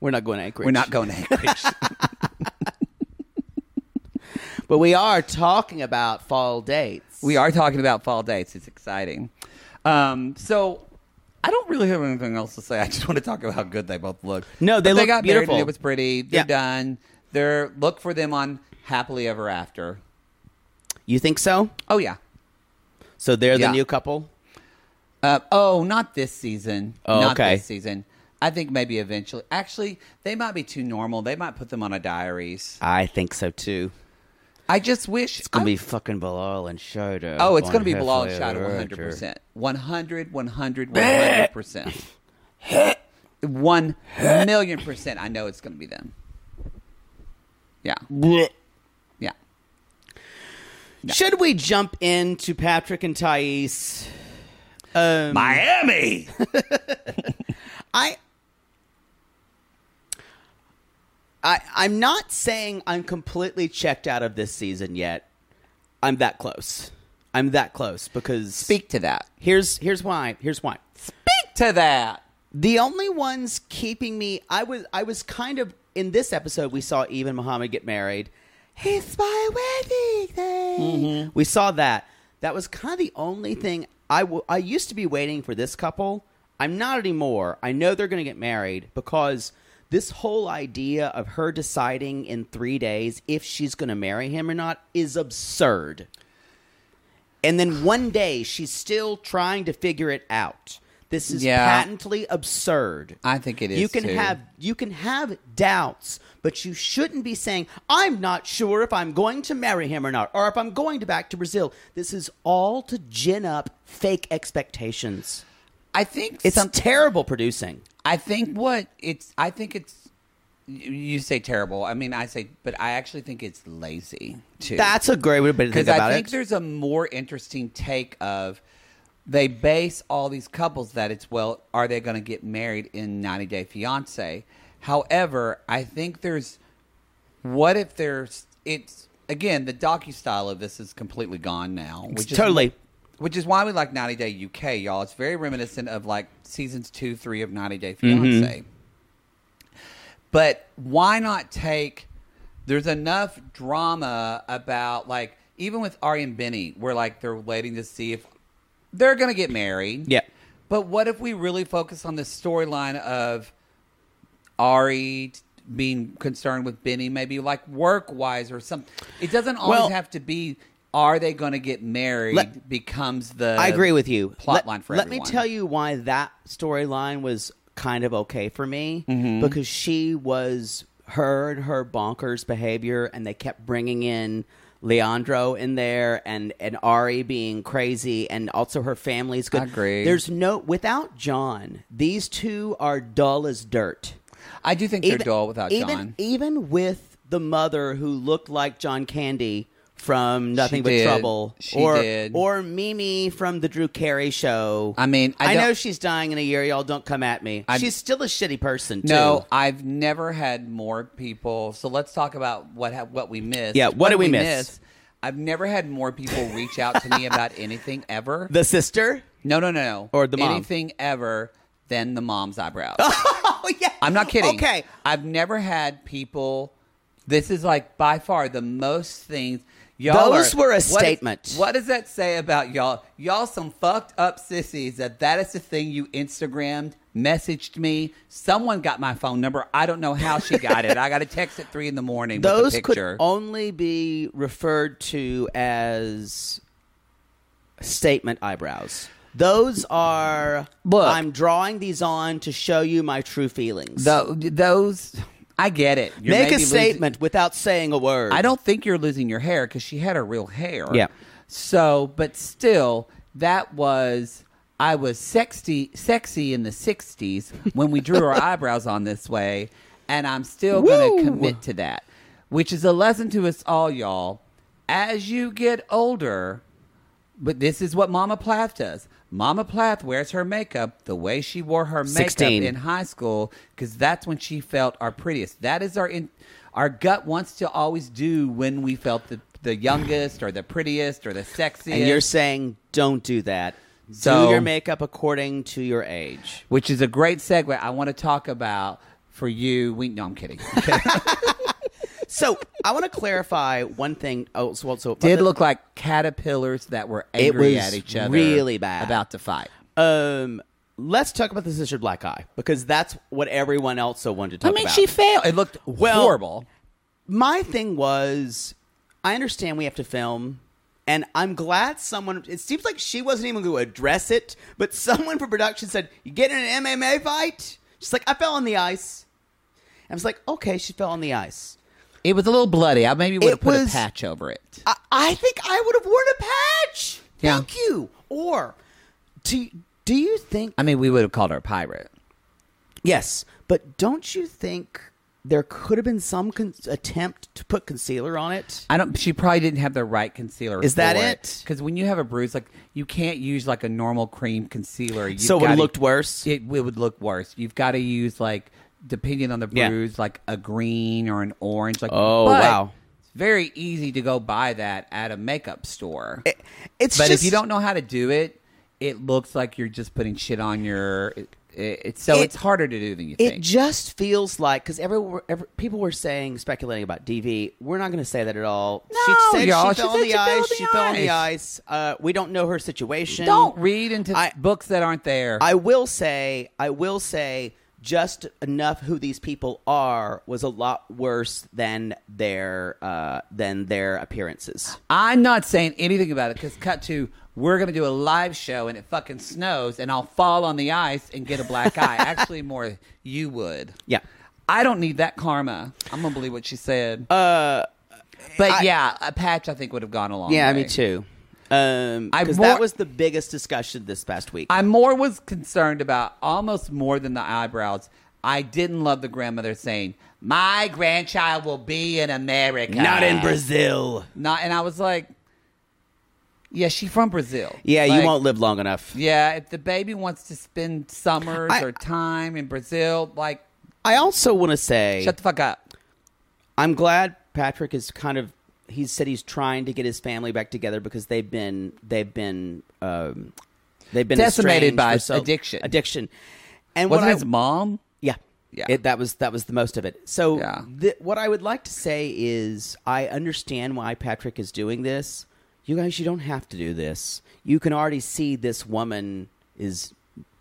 We're not going to Anchorage.
We're not going to Anchorage.
[LAUGHS] but we are talking about fall dates.
we are talking about fall dates. It's exciting. Um, so I don't really have anything else to say. I just want to talk about how good they both look.
No, they
But
look
got married and
beautiful.
It was pretty. They're
Yeah.
done. They're look for them on Happily Ever After.
You think so?
Oh yeah.
So they're
Yeah.
the new couple.
Uh, oh, not this season.
Oh,
not
okay.
this season. I think maybe eventually. Actually, they might be too normal. They might put them on a diaries.
I think so too.
I just wish
It's gonna
I-
be fucking Bilal and Shada.
Oh, it's
on
going to be
Half
Bilal
Way
and Shada
Over
100%. 100, 100, 100%. 1 million percent. I know it's going to be them. Yeah.
Blech.
Yeah.
Should we jump into Patrick and Thais? Um,
Miami.
I, I, I'm not saying I'm completely checked out of this season yet. I'm that close. I'm that close because
Speak to that.
here's here's why. Here's why.
Speak to that.
The only ones keeping me, I was, I was kind of in this episode. We saw even Muhammad get married. It's my wedding day. We saw that. That was kind of the only thing I wa- I used to be waiting for this couple. I'm not anymore. I know they're going to get married because this whole idea of her deciding in three days if she's going to marry him or not is absurd. And then one day she's still trying to figure it out. This is
Yeah.
patently absurd.
I think it is.
you can
too.
have you can have doubts, but you shouldn't be saying, "I'm not sure if I'm going to marry him or not, or if I'm going to back to Brazil." This is all to gin up fake expectations.
I think
It's
some,
terrible producing.
I think what it's. I think it's. You you say terrible. I mean, I say, but I actually think it's lazy too.
That's a great way to think
because
about
I think
it.
there's a more interesting take of they base all these couples that it's well, are they going to get married in 90 Day Fiance? However, I think there's what if there's it's again the docu style of this is completely gone now,
It's
which is-
totally.
which is why we like 90 Day UK, y'all. It's very reminiscent of like seasons two, three of 90 Day
Mm-hmm.
Fiance. But why not take? There's enough drama about like even with Ari and Benny, we're like they're waiting to see if they're gonna get married.
Yeah.
But what if we really focus on the storyline of Ari t- being concerned with Benny, maybe like work wise or something? It doesn't always
Well-
have to be. Are they going to get married?
Let-
becomes the
I agree with you.
plot
Let-
line for
Let
everyone.
me tell you why that storyline was kind of okay for me
Mm-hmm.
because she was her and her bonkers behavior, and they kept bringing in Leandro in there and and Ari being crazy, and also her family's good.
I agree.
There's no without John. These two are dull as dirt.
I do think they're dull without
even,
John.
Even with the mother who looked like John Candy from Nothing
She
But
did.
Trouble,
She
or
did.
or Mimi from the Drew Carey Show.
I mean, I
I, know
don't-
she's dying in a year. Y'all don't come at me.
I-
she's still a shitty person. Too.
No, I've never had more people. So let's talk about what ha- what we missed.
Yeah, what did we miss?
I've never had more people reach out to me about anything ever.
[LAUGHS] the sister.
no, no, no, no.
Or the mom.
anything ever than the
[LAUGHS]
mom's eyebrows.
Oh yeah,
I'm not kidding.
Okay,
I've never had people. This is like by far the most things. Y'all
Those
are-
were a
what is-
statement.
what does that say about y'all? Y'all some fucked up sissies. That that is the thing you Instagrammed, messaged me. Someone got my phone number. I don't know how she got it. I got a text at three in the morning. with
those
the
could
picture.
only be referred to as statement eyebrows. Those are
Look.
I'm drawing these on to show you my true feelings.
Tho- those. I get it. You're
Make
maybe
a
losing-
statement without saying a word.
I don't think you're losing your hair because she had her real hair.
Yeah.
So, but still, that was I was sexy, sexy in the '60s when we drew our eyebrows on this way, and I'm still going to commit to that, which is a lesson to us all, y'all. As you get older, but this is what Mama Plath does. Mama Plath wears her makeup the way she wore her makeup
16.
in high school because that's when she felt our prettiest. That is our in, our gut wants to always do when we felt the, the youngest or the prettiest or the sexiest.
And you're saying don't do that.
So-
do your makeup according to your age.
which is a great segue. I want to talk about for you. We no,
[LAUGHS]
I'm kidding.
So I want to clarify one thing. Oh, so also
Did look like caterpillars that were angry
was
at each other,
really bad.
about to fight.
Um, let's talk about the sister black eye because that's what everyone also wanted to talk
I
about.
mean, she failed. It looked
Well-
horrible.
my thing was I understand we have to film and I'm glad someone it seems like she wasn't even going to address it, but someone from production said, You get in an MMA fight? She's like, I fell on the ice. And I was like, Okay, she fell on the ice.
It was a little bloody. I maybe would have
It
put
was-
a patch over it.
I, I think I would have worn a patch.
Yeah.
Thank you. Or do do you think?
I mean, we would have called her a pirate.
Yes, but don't you think there could have been some con- attempt to put concealer on it?
I don't. She probably didn't have the right concealer.
Is that it?
Because when you have a bruise, like you can't use like a normal cream concealer. You've
So it would've
gotta-
looked worse?
It, it would look worse. You've got to use like, depending on the
Yeah.
bruise, like a green or an orange. Like
Oh,
but
wow.
it's very easy to go buy that at a makeup store.
It's
but
just,
if you don't know how to do it, it looks like you're just putting shit on your. It, it- so
It-
it's harder to do than you
it
think.
just feels like because every, every people were saying speculating about DV. We're not going to say that at all.
No,
she said
y'all,
she
she
fell on the
said she fell on
ice.
the
She fell on the ice.
ice.
Uh, we don't know her situation.
don't read into
I-
books that aren't there.
I will say, I will say, just enough who these people are was a lot worse than their uh, than their appearances.
I'm not saying anything about it because cut to we're gonna do a live show and it fucking snows and I'll fall on the ice and get a black
[LAUGHS]
eye. Actually, more you would.
Yeah.
I don't need that karma. I'm gonna believe what she said. Uh, but yeah, a patch I think would have gone along.
Yeah, me too. Um,
Oh, I
because
more-
that was the biggest discussion this past week.
I more was concerned about almost more than the eyebrows. I didn't love the grandmother saying, "My grandchild will be in America,
Not in Brazil.
Not, and I was like, "Yeah, she from Brazil.
Yeah,
Like,
you won't live long enough.
Yeah, if the baby wants to spend summers
I-
or time in Brazil, like
I also want to say,
shut the fuck up.
I'm glad Patrick is kind of. He said he's trying to get his family back together because they've been they've been um, they've been
Decimated
estranged
by
for so-
addiction.
Addiction. And
Wasn't
what I,
his mom?
Yeah.
Yeah.
It, that was that was the most of it. So
Yeah.
th- what I would like to say is I understand why Patrick is doing this. You guys, you don't have to do this. You can already see this woman is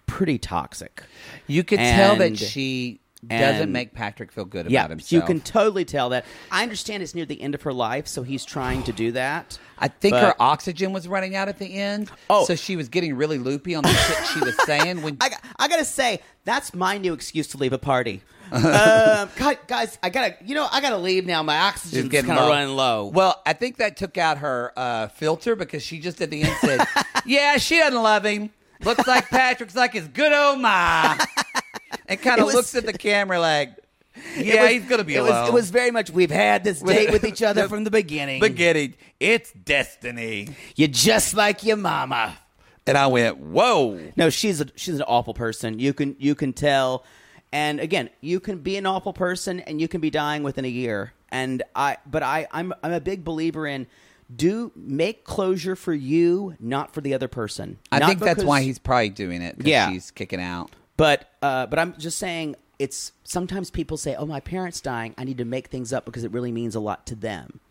pretty toxic.
You could tell that
And-
she
and-
doesn't make Patrick feel good about
yeah,
himself.
you can totally tell that. I understand it's near the end of her life, so he's trying to do that.
I think
But-
her oxygen was running out at the end.
Oh.
So she was getting really loopy on the shit she was saying when
[LAUGHS] I, got- I gotta say that's my new excuse to leave a
[LAUGHS]
party. um, God, guys, I gotta you know I gotta leave now. My
she's
oxygen's kind
getting
of
low.
running low.
Well, I think that took out her uh, filter because she just at the end [LAUGHS] said, Yeah, she doesn't love him. Looks like Patrick's like his good old [LAUGHS] ma. And kind
It
of
was-
looks at the camera like, [LAUGHS]
It
Yeah,
was-
he's going to be
it
alone.
Was, it was very much we've had
[LAUGHS]
this date with each other
the-
from the beginning.
spaghetti. It's destiny.
You're just like your mama.
And I went, Whoa.
No, she's a, she's an awful person. You can you can tell, and again, you can be an awful person, and you can be dying within a year. And I, but I, I'm I'm a big believer in do make closure for you, not for the other person.
I
Not
think that's why
because-
he's probably doing it. 'cause
Yeah.
She's kicking out.
But uh, but I'm just saying it's sometimes people say, "Oh, my parents dying. I need to make things up because it really means a lot to them."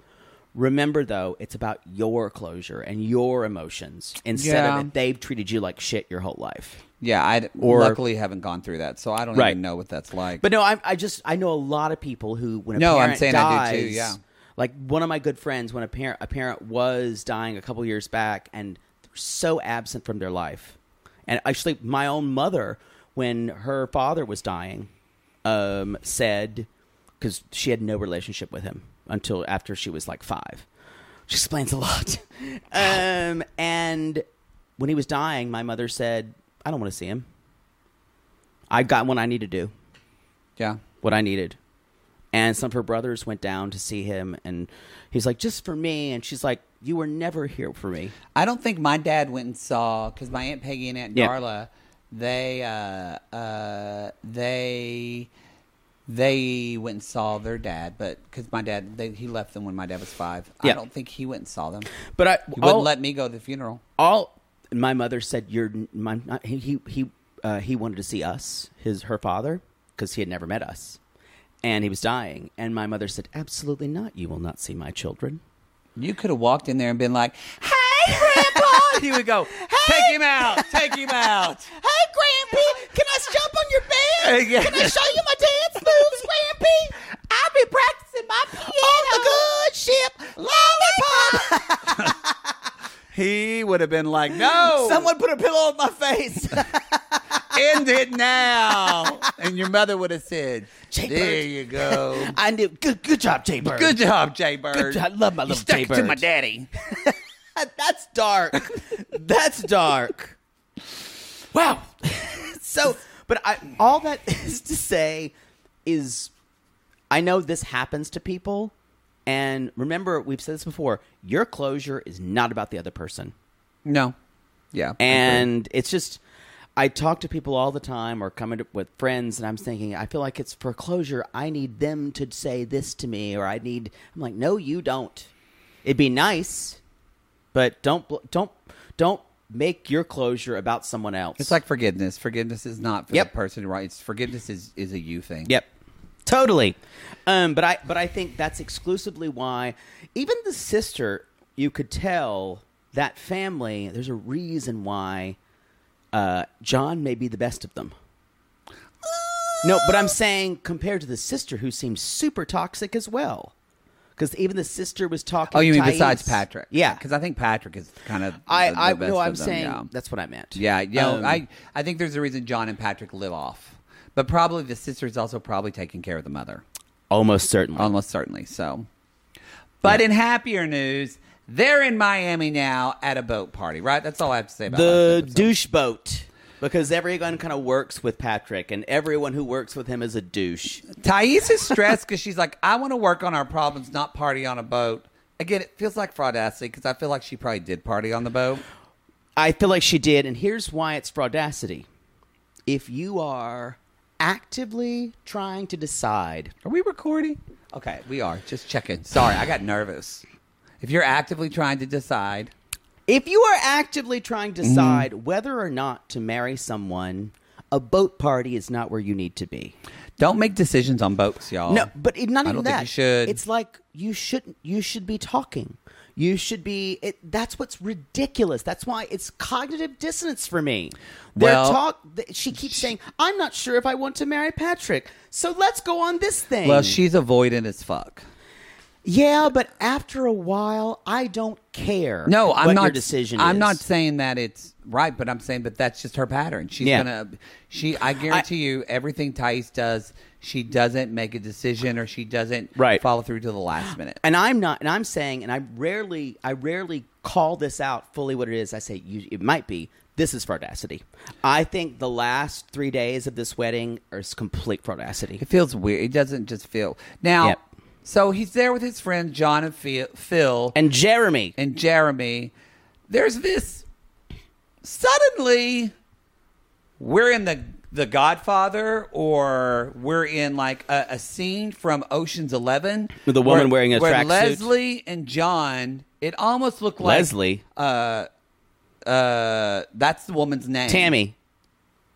Remember though, it's about your closure and your emotions instead
Yeah.
of if they've treated you like shit your whole life.
Yeah, I
Or-
luckily haven't gone through that, so I don't
Right.
even know what that's like.
But no, I, I just I know a lot of people who when a
No, I'm
parent
saying
dies,
I do too, yeah.
like one of my good friends when a parent a parent was dying a couple years back and they were so absent from their life, and actually my own mother when her father was dying, um, said because she had no relationship with him until after she was like five, which explains a
[LAUGHS]
lot. um, and when he was dying, my mother said, "I don't want to see him. I got what I need to do."
yeah,
what I needed. And some of her brothers went down to see him, and he's like, just for me. And she's like, you were never here for me.
I don't think my dad went and saw because my aunt Peggy and aunt
Yeah.
Darla, they uh, uh, they they went and saw their dad, but because my dad they, he left them when my dad was five.
Yeah.
I don't think he went and saw them.
But I
He
all,
wouldn't let me go to the funeral.
all. My mother said, "You're my." not- He he he, uh, he wanted to see us, his her father, because he had never met us, and he was dying. And my mother said, "Absolutely not. You will not see my children."
You could have walked in there and been like, "Hey, Grandpa," he would go, "Take him out, take him out."
[LAUGHS] Hey, Grampy, can I jump on your
bed? Yeah. Can I
show you my dance moves, Grampy? I've been practicing my piano. Oh, the good ship, lollipop.
[LAUGHS] He would have been like, "No, [LAUGHS]
Someone put a pillow on my face.
end it now," and and your mother would have said,
Jay
"There
Bird."
you go,
I knew. Good, good job, Jay Bird.
good job, Jay Bird.
Good job. I love my
you
little
stuck
Jay
it to my
Bird.
daddy."
[LAUGHS] That's dark. That's dark. Wow. [LAUGHS] so, but I, all that [LAUGHS] is to say is I know this happens to people. And remember, we've said this before your closure is not about the other person.
No, yeah,
And it's just, I talk to people all the time or come in with friends, and I'm thinking, I feel like it's for closure. I need them to say this to me, or I need, I'm like, no, you don't. It'd be nice, but don't, bl- don't, don't make your closure about someone else.
it's like forgiveness. Forgiveness is not for
Yep.
the person, right? It's forgiveness is is a you thing.
Yep. Totally. Um, but I but I think that's exclusively why even the sister, you could tell that family, there's a reason why uh, John may be the best of them. No, but I'm saying compared to the sister who seems super toxic as well. Because even the sister was talking
Oh, you mean
Thais-
besides Patrick?
Yeah.
because I think Patrick is kind of.
I,
the, the
I,
best
no,
of
I'm
them,
saying
yeah.
that's what I meant.
Yeah, yeah.
Um,
I I think there's a reason John and Patrick live off, but probably the sister's also probably taking care of the mother,
almost certainly.
almost certainly. So, but in happier news, they're in Miami now at a boat party. Right? That's all I have to say about
the
last episode.
douche boat because everyone kind of works with Patrick, and everyone who works with him is a douche.
Thais is stressed because she's like, I want to work on our problems, not party on a boat. Again, it feels like fraudacity because I feel like she probably did party on the boat.
I feel like she did, and here's why it's fraudacity. If you are actively trying to decide,
Are we recording? Okay, we are. Just checking. Sorry, I got nervous. If you're actively trying to decide,
if you are actively trying
Mm.
to decide whether or not to marry someone, a boat party is not where you need to be.
don't make decisions on boats, y'all.
No, but it, not
Oh. I
even
don't
that.
think you should.
It's like you shouldn't. You should be talking. You should be. It, that's what's ridiculous. That's why it's cognitive dissonance for me. Their
Well-
talk. th- She keeps saying, "I'm not sure if I want to marry Patrick." So let's go on this thing.
well, she's avoidant as fuck.
Yeah, but after a while, I don't care.
No, I'm
what
not.
Your decision.
I'm
is.
not saying that it's right, but I'm saying that that's just her pattern. She's
Yeah.
gonna. She. I guarantee you, everything Thais does, she doesn't make a decision or she doesn't
Right.
follow through to the last minute.
and I'm not, and I'm saying, and I rarely, I rarely call this out fully what it is. I say you, it might be this is fraudacity. I think the last three days of this wedding are s- complete fraudacity.
It feels weird. It doesn't just feel now.
Yep.
So he's there with his friends John and Phil, Phil
And Jeremy,
and Jeremy. There's this. Suddenly, we're in the the Godfather, or we're in like a, a scene from Ocean's Eleven
With a woman
where-
wearing a
where
tracksuit.
Leslie and John. It almost looked like
Leslie,
Uh, that's the woman's name.
Tammy.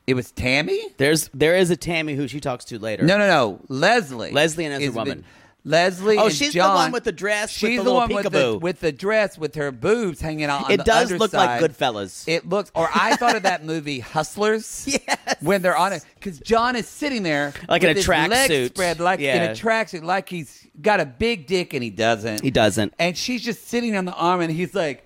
It was Tammy.
There's there is a Tammy who she talks to later.
No, no, no. Leslie.
Leslie and there's a
is
woman.
Leslie.
Oh,
and
she's the
John-
one with the dress with
She's
the
the,
little
one with the,
peekaboo.
with the dress with her boobs hanging out. On
It
the
does look like
underside.
Goodfellas.
It looks, or I thought of that movie Hustlers.
[LAUGHS]
Yes. When they're on it, because John is sitting there
Like in
with
a
his
track
legs
suit.
spread like in
Yeah.
a tracksuit, like he's got a big dick and he doesn't.
He doesn't.
And she's just sitting on the arm, and he's like.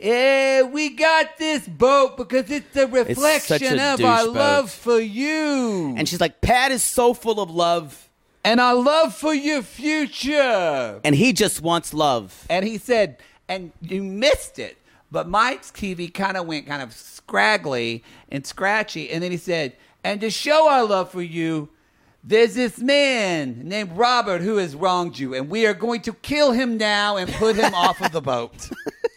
Hey, we got this boat because it's the reflection
a
of our
douche boat.
love for you.
and she's like, Pat is so full of love,
and our love for your future.
and he just wants love.
And he said, and you missed it. But Mike's TV kind of went kind of scraggly and scratchy. And then he said, and to show our love for you, there's this man named Robert who has wronged you, and we are going to kill him now and
[LAUGHS]
put him off of the boat.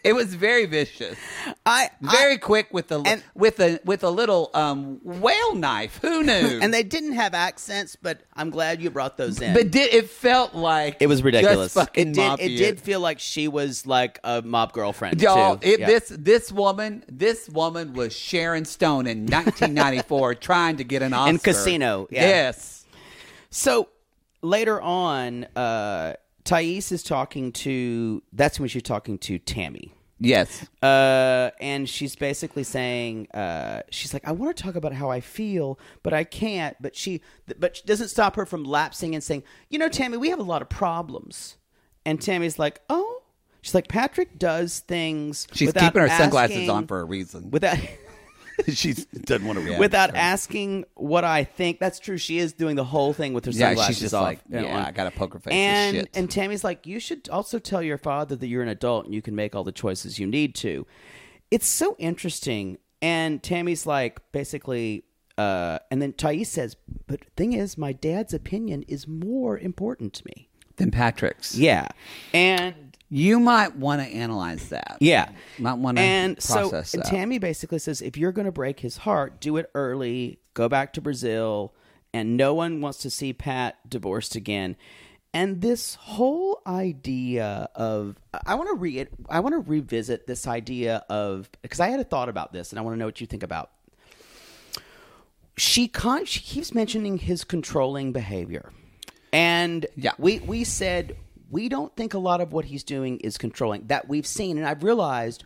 It was very vicious,
I
very quick with the
And-
with a with a little um, whale knife. Who knew?
and they didn't have accents, but I'm glad you brought those in.
but did it felt like
It was ridiculous.
Just fucking
it did.
mafia.
It did feel like she was like a mob girlfriend.
Y'all,
too.
it,
Yeah.
this this woman, this woman was Sharon Stone in
[LAUGHS]
1994, trying to get an Oscar.
Casino, yeah.
Yes,
So later on, uh, Thais is talking to. That's when she's talking to Tammy,
yes.
uh, and she's basically saying, uh, she's like, "I want to talk about how I feel, but I can't." But she, but she doesn't stop her from lapsing and saying, "You know, Tammy, we have a lot of problems." And Tammy's like, "Oh." She's like Patrick does things.
She's
without
keeping her sunglasses
asking-
[LAUGHS] on for a reason.
without
she doesn't want to read.
without asking what I think. That's true. She is doing the whole thing with her
Yeah, she's
sunglasses
just
off.
like, "Yeah, I got a poker face, this
And
shit."
and Tammy's like, you should also tell your father that you're an adult and you can make all the choices you need to. It's so interesting. And Tammy's like, basically. Uh, and then Thais says, "But thing is, my dad's opinion is more important to me."
Then Patrick's.
Yeah, and
You might want to analyze that.
yeah.
Might want to
And
process
so
that.
Tammy basically says if you're going to break his heart, do it early, go back to Brazil, and no one wants to see Pat divorced again. And this whole idea of I want to re I want to revisit this idea of because I had a thought about this and I want to know what you think about. She con- she keeps mentioning his controlling behavior. And
Yeah.
we we said we don't think a lot of what he's doing is controlling that we've seen, and I've realized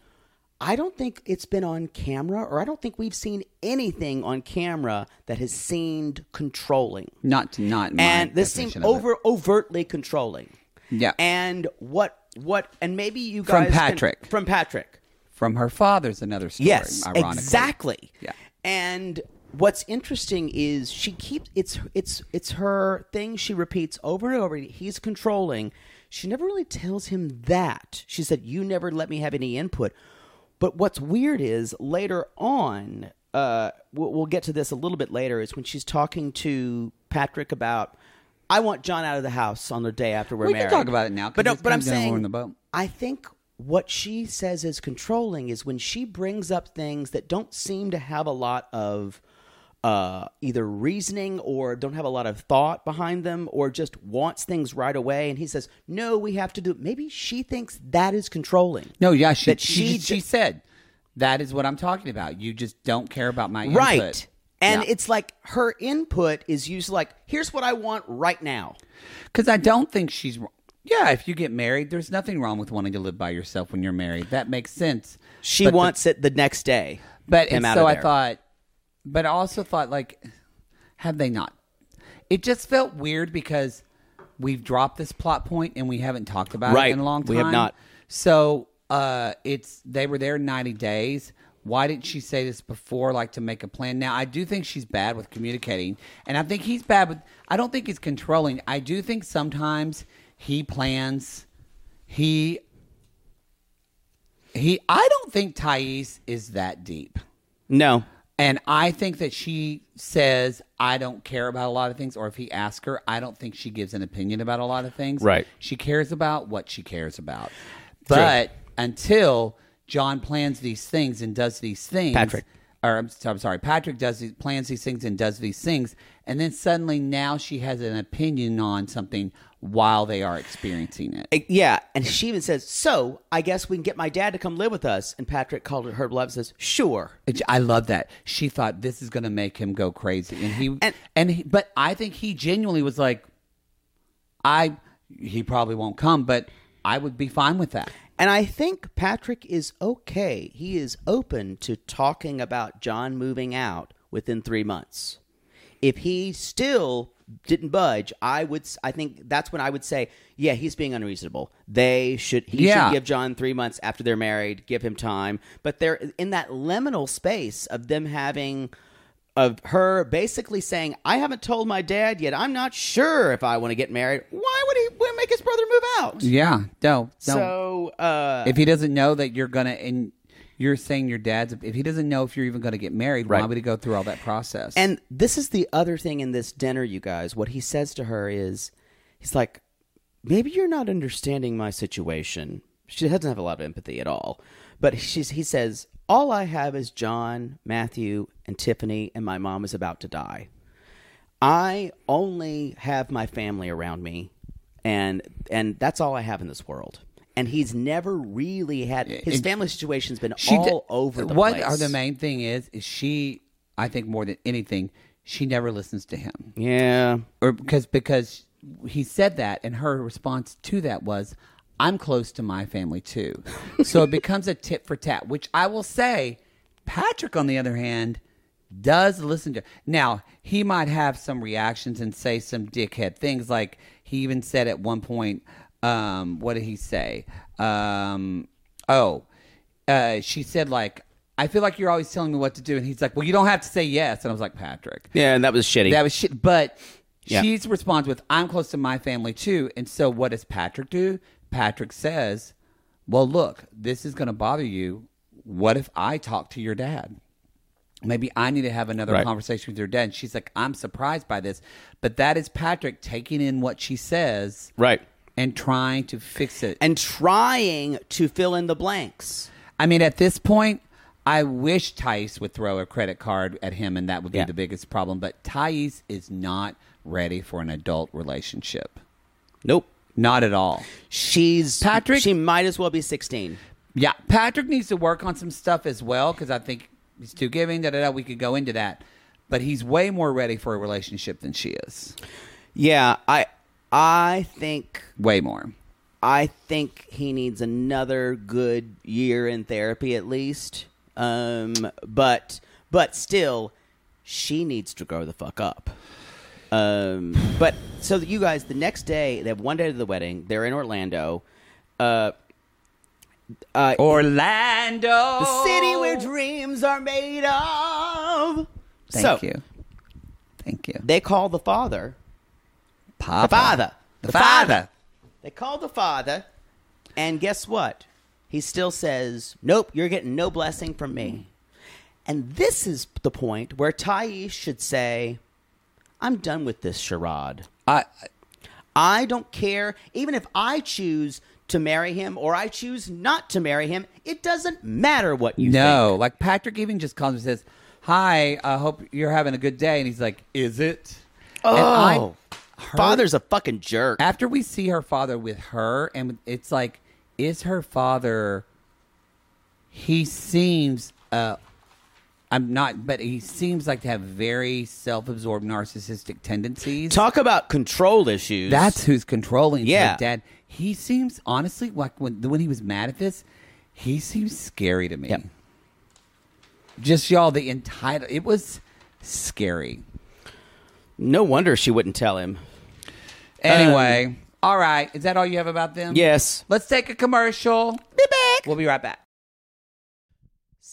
I don't think it's been on camera, or I don't think we've seen anything on camera that has seemed controlling.
not not my
and this
definition
seemed
of it.
over overtly controlling.
Yeah.
And what what and maybe you
From
guys can-
Patrick.
from Patrick.
from her father's another story.
Yes,
ironically.
exactly.
Yeah.
And what's interesting is she keeps it's it's it's her thing she repeats over and over. He's controlling. She never really tells him that. She said, "You never let me have any input." But what's weird is later on, uh, we'll, we'll get to this a little bit later. Is when she's talking to Patrick about, "I want John out of the house on the day after we're
We can
married."
talk about it now, 'cause
But no,
it's
but I'm
kinda
saying
more in the boat.
I think what she says is controlling is when she brings up things that don't seem to have a lot of uh, either reasoning or don't have a lot of thought behind them or just wants things right away. And he says, No, we have to do. Maybe she thinks that is controlling.
No, yeah, she
That
she,
she
she,
ju-
said that is what I'm talking about. You just don't care about my input.
Right. And
Yeah.
it's like her input is used like, Here's what I want right now.
Because I don't think she's. wr- Yeah, if you get married, there's nothing wrong with wanting to live by yourself when you're married. That makes sense.
She
But the-
wants it the next day.
but
him
and
out
so
of
I
there.
thought, but I also thought like, have they not? It just felt weird because we've dropped this plot point and we haven't talked about
Right.
it in a long
We
time.
have not.
So uh, it's they were there ninety days. Why didn't she say this before, like to make a plan? Now I do think she's bad with communicating, and I think he's bad with. I don't think he's controlling. I do think sometimes he plans. He he. I don't think Thais is that deep.
No.
And I think that she says, I don't care about a lot of things. Or if he asks her, I don't think she gives an opinion about a lot of things.
Right.
She cares about what she cares about. But until John plans these things and does these things.
Patrick.
Or I'm, so- I'm sorry, Patrick does these, plans these things and does these things. And then suddenly now she has an opinion on something while they are experiencing it.
Uh, Yeah, and she even says, "So I guess we can get my dad to come live with us." And Patrick called her bluff and says, "Sure."
It- I love that. She thought this is going to make him go crazy, and he
And-
and, he, but I think he genuinely was like, I he probably won't come, but I would be fine with that.
And I think Patrick is okay. He is open to talking about John moving out within three months. If he still didn't budge, I would. s- I think that's when I would say, "Yeah, he's being unreasonable. They should. He
Yeah.
should give John three months after they're married. Give him time." But they're in that liminal space of them having. Of her basically saying, I haven't told my dad yet. I'm not sure if I want to get married. Why would he would make his brother move out?
Yeah, no, no.
So, uh,
if he doesn't know that you're gonna and you're saying your dad's, if he doesn't know if you're even gonna get married, why would he go through all that process?
And this is the other thing in this dinner, you guys. What he says to her is, he's like, maybe you're not understanding my situation. She doesn't have a lot of empathy at all. But she's, he says, all I have is John, Matthew, and Tiffany, and my mom is about to die. I only have my family around me, and and that's all I have in this world. And he's never really had his
It-
family situation's been
She
all
d-
over the
what
place.
are the main thing is is she I think more than anything she never listens to him.
Yeah,
or because because he said that and her response to that was i'm close to my family too so it becomes a tit for tat which i will say patrick on the other hand does listen to now he might have some reactions and say some dickhead things like he even said at one point um what did he say um oh uh she said like I feel like you're always telling me what to do. And he's like, well, you don't have to say yes. And I was like, Patrick,
Yeah, and that was shitty.
that was shit. But
Yeah.
she's responds with, I'm close to my family too. And so what does Patrick do? Patrick says, well, look, this is going to bother you. What if I talk to your dad? Maybe I need to have another
Right.
conversation with your dad. And she's like, I'm surprised by this. But that is Patrick taking in what she says
right.
and trying to fix it.
And trying to fill in the blanks.
I mean, at this point, I wish Thais would throw a credit card at him, and that would be
Yeah.
the biggest problem. But Thais is not ready for an adult relationship.
Nope.
Not at all.
She's
Patrick-
She might as well be sixteen.
Yeah, Patrick needs to work on some stuff as well because I think he's too giving. Da da da. We could go into that, but he's way more ready for a relationship than she is.
Yeah, I I think
Way more.
I think he needs another good year in therapy at least. Um, but but still, she needs to grow the fuck up. Um, but so that you guys, the next day they have one day to the wedding. They're in Orlando, uh, uh,
Orlando,
the city
Oh.
where dreams are made of.
Thank
So,
you. Thank you.
They call the father.
Papa.
father.
The father.
They call the father, and guess what? He still says, Nope, you're getting no blessing from me. And this is the point where Thais should say, I'm done with this charade.
I,
I don't care. Even if I choose to marry him or I choose not to marry him, it doesn't matter what you
no,
think.
like Patrick even just calls and says, "Hi, I hope you're having a good day," and he's like, "Is it?" And I-
Oh, father's a fucking jerk.
after we see her father with her, and it's like, is her father? He seems. Uh, I'm not, but he seems like to have very self-absorbed, narcissistic tendencies.
Talk about control issues.
That's who's controlling.
Yeah.
Yeah, dad. He seems honestly like when when he was mad at this, he seems scary to me.
Yep.
Just y'all, the entitled. It was scary.
no wonder she wouldn't tell him.
Anyway, all right. Is that all you have about them?
Yes.
Let's take a commercial. Be back. We'll be right back.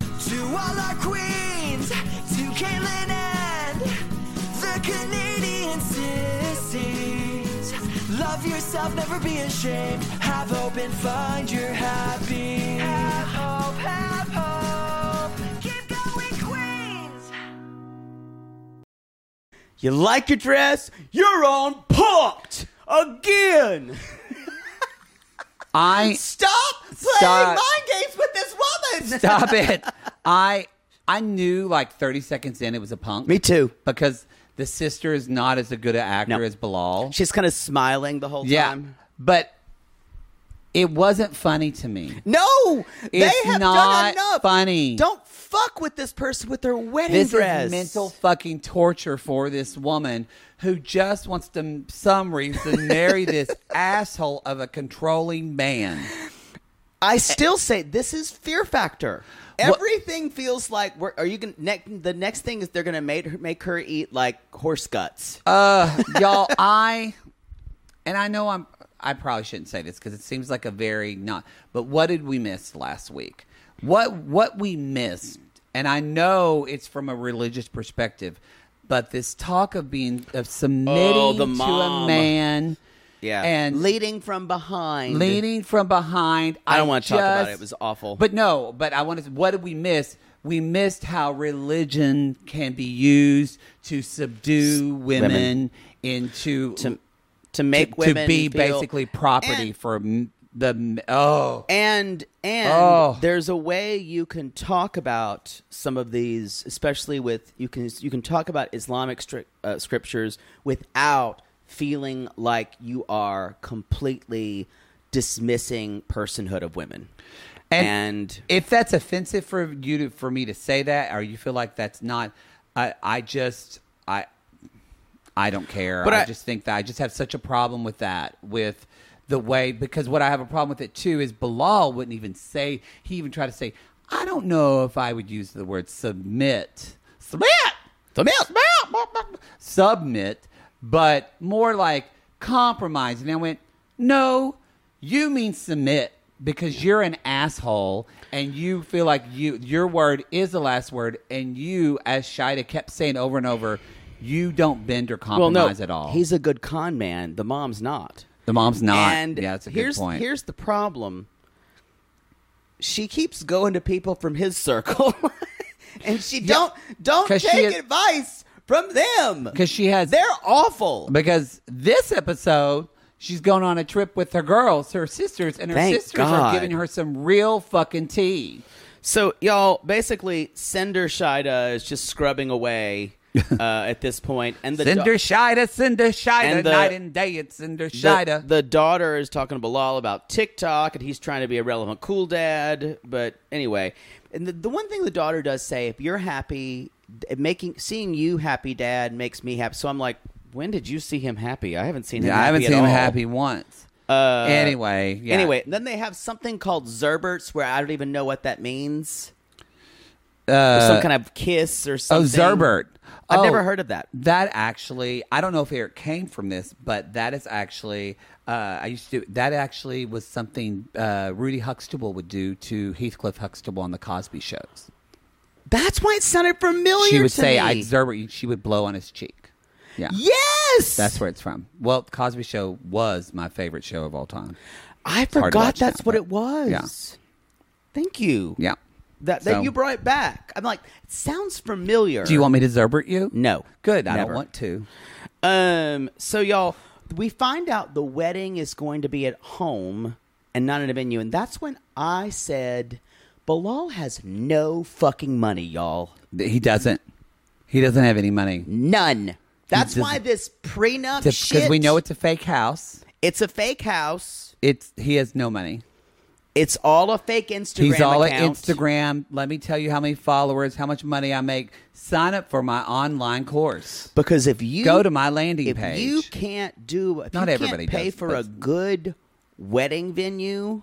To all our queens, to Caitlin and the Canadian sissies. Love yourself, never be ashamed. Have hope and find your happy. Have hope, have hope. Keep going, Queens.
You like your dress? You're on punked again. [LAUGHS]
I
Stop playing
Stop.
mind games with this woman.
Stop it. I I knew like 30 seconds in it was a punk.
Me too.
Because the sister is not as a good an actor
No.
as Bilal.
She's kind of smiling the whole
yeah.
time.
But it wasn't funny to me.
No,
It's
they have
not
done enough.
funny.
Don't fuck with this person with their wedding
This
dress.
is mental fucking torture for this woman who just wants to, some reason, marry this [LAUGHS] asshole of a controlling man.
I still say this is fear factor.
Everything feels like we're, are you gonna ne- the next thing is they're gonna make her, make her eat like horse guts.
Uh, y'all, I and I know I'm. I probably shouldn't say this because it seems like a very not. But what did we miss last week? What what we missed, and I know it's from a religious perspective, but this talk of being of submitting
Oh, the
to a
mom.
man,
yeah,
and
leading from behind.
leading from behind.
I don't wanna talk about
just-
it. It was awful.
But no, but I want to. What did we miss? We missed how religion can be used to subdue women, into
to to make
to
women
be
feel-
basically property
And-
for m- the m- oh
And and
Oh.
there's a way you can talk about some of these, especially with you can you can talk about Islamic stri- uh, scriptures without feeling like you are completely dismissing personhood of women.
And-
and
if that's offensive for you to, for me to say that or you feel like that's not i i just i i don't care
But
i
I-
just think that i just have such a problem with that with the way because what i have a problem with it too is bilal wouldn't even say he even tried to say i don't know if i would use the word submit submit submit submit, submit but more like compromise and i went no you mean submit because you're an asshole and you feel like you your word is the last word and you as Shida kept saying over and over you don't bend or
well,
compromise
no,
at all
he's a good con man. The mom's not.
the mom's not
And
yeah that's a
here's,
good point
Here's the problem. She keeps going to people from his circle, [LAUGHS] and she don't don't
'Cause
take
she is-
advice from them
'Cause she has-
they're awful.
because this episode she's going on a trip with her girls her sisters and her
Thank
sisters are
God.
giving her some real fucking tea
So y'all, basically, Sender Shida is just scrubbing
[LAUGHS]
away uh, at this point, and the da-
Cinder Shida, Cinder Shida,
And the-
night and day it's Cinder
the-
Shida.
the daughter is talking to Bilal about TikTok, and he's trying to be a relevant cool dad. But anyway, and the, the one thing the daughter does say, if you're happy, d- making seeing you happy, dad makes me happy. So I'm like, when did you see him happy? I haven't seen him.
yeah, I haven't
happy at
seen him
all.
happy once.
Uh,
anyway, yeah.
Anyway, then they have something called Zerberts, where I don't even know what that means. Or some kind of kiss or
Uh, Oh,
something.
Zerbert.
I've
Oh,
never heard of that.
That actually, I don't know if it came from this, but that is actually, uh, I used to, that actually was something uh, Rudy Huxtable would do to Heathcliff Huxtable on the Cosby shows.
That's why it sounded familiar.
She would
to
say,
me.
I Zerbert, she would blow on his cheek. Yeah.
Yes,
That's where it's from. Well, the Cosby show was my favorite show of all time.
I
hard to
forgot
watch now,
that's what
but-
it was.
yeah.
Thank you.
Yeah.
That,
So-
that you brought it back. I'm like, it sounds familiar.
Do you want me to Zerbert you?
No.
Good. I
Never.
don't want to.
Um. So y'all, we find out the wedding is going to be at home and not at a venue, and that's when I said, Bilal has no fucking money, y'all.
He doesn't. He doesn't have any money.
None. That's
doesn't-
why this prenup
Because
shit.
we know it's a fake house.
It's a fake house.
It's he has no money.
It's all a fake Instagram.
He's all at
account.
Instagram. Let me tell you how many followers, how much money I make. Sign up for my online course.
Because if you
Go to my landing
if
page.
you can't do, if
Not
you
everybody
can't pay
does,
for
but-
a good wedding venue,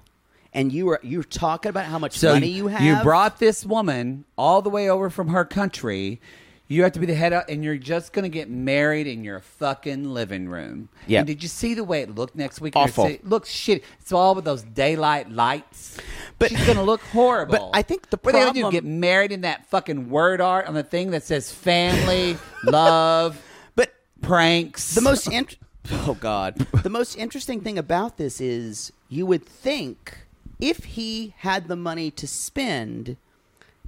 and you are you're talking about how much
so
money you have.
You brought this woman all the way over from her country. You have to be the head of, and you're just going to get married in your fucking living room.
Yeah.
And did you see the way it looked next week? in your
Awful.
city? It looks shit. It's all with those daylight lights.
[LAUGHS] But-
she's going to look horrible.
But I think the
what are they going
problem-
to do? Get married in that fucking word art on the thing that says family, [LAUGHS] love,
But
pranks.
the most int- oh god, the most interesting thing about this is you would think if he had the money to spend,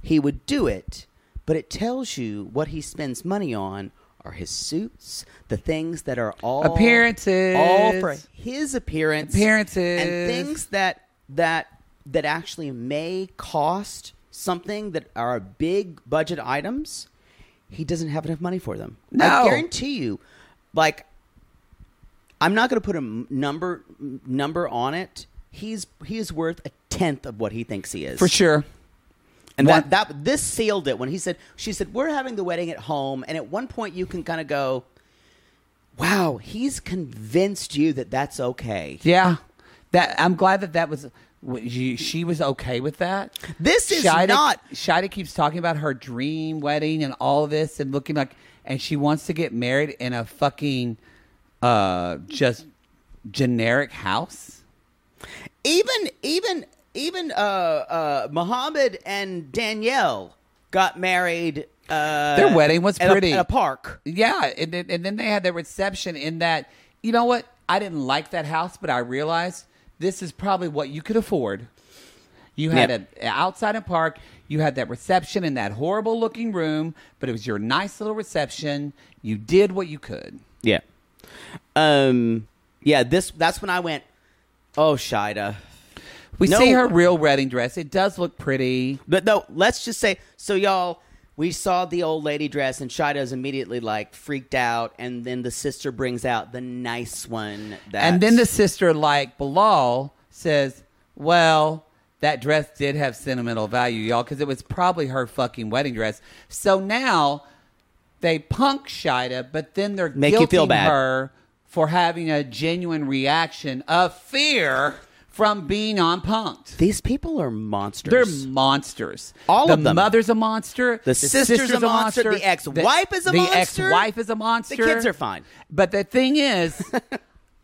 he would do it. But it tells you what he spends money on are his suits, the things that are all
Appearances.
all for his appearance,
Appearances.
and things that that that actually may cost something that are big budget items. He doesn't have enough money for them.
No.
I guarantee you, like I'm not going to put a m- number m- number on it. He's he is worth a tenth of what he thinks he is
for sure.
and
One-
that, that this sealed it when he said she said we're having the wedding at home, and at one point you can kind of go, "Wow, he's convinced you that that's okay."
Yeah, that I'm glad that that was w- she, she was okay with that.
This is
Shida,
not-
Shida keeps talking about her dream wedding and all of this and looking like, and she wants to get married in a fucking, uh, just generic house.
even even even uh, uh, Muhammad and Danielle got married. Uh,
Their wedding was
at a-
pretty.
at a park.
Yeah, and then, and then they had their reception in that. You know what? I didn't like that house, but I realized this is probably what you could afford. You had
Yep.
a outside a park. You had that reception in that horrible looking room, but it was your nice little reception. You did what you could.
Yeah. Um. Yeah. This. That's when I went. Oh, Shida.
We
No.
see her real wedding dress. It does look pretty.
But no. Let's just say. So y'all, we saw the old lady dress, and Shida's immediately like freaked out, and then the sister brings out the nice one. That
And then the sister, like Bilal, says, Well, that dress did have sentimental value, y'all, because it was probably her fucking wedding dress. So now they punk Shida, but then they're
Make you feel
guilting
bad.
her for having a genuine reaction of fear from being on punked.
These people are monsters.
They're monsters.
All
the
of them.
mother's a monster.
The sister's a monster. The ex-wife is a
the
monster.
The ex-wife is a monster.
kids are fine.
But the thing [LAUGHS] is,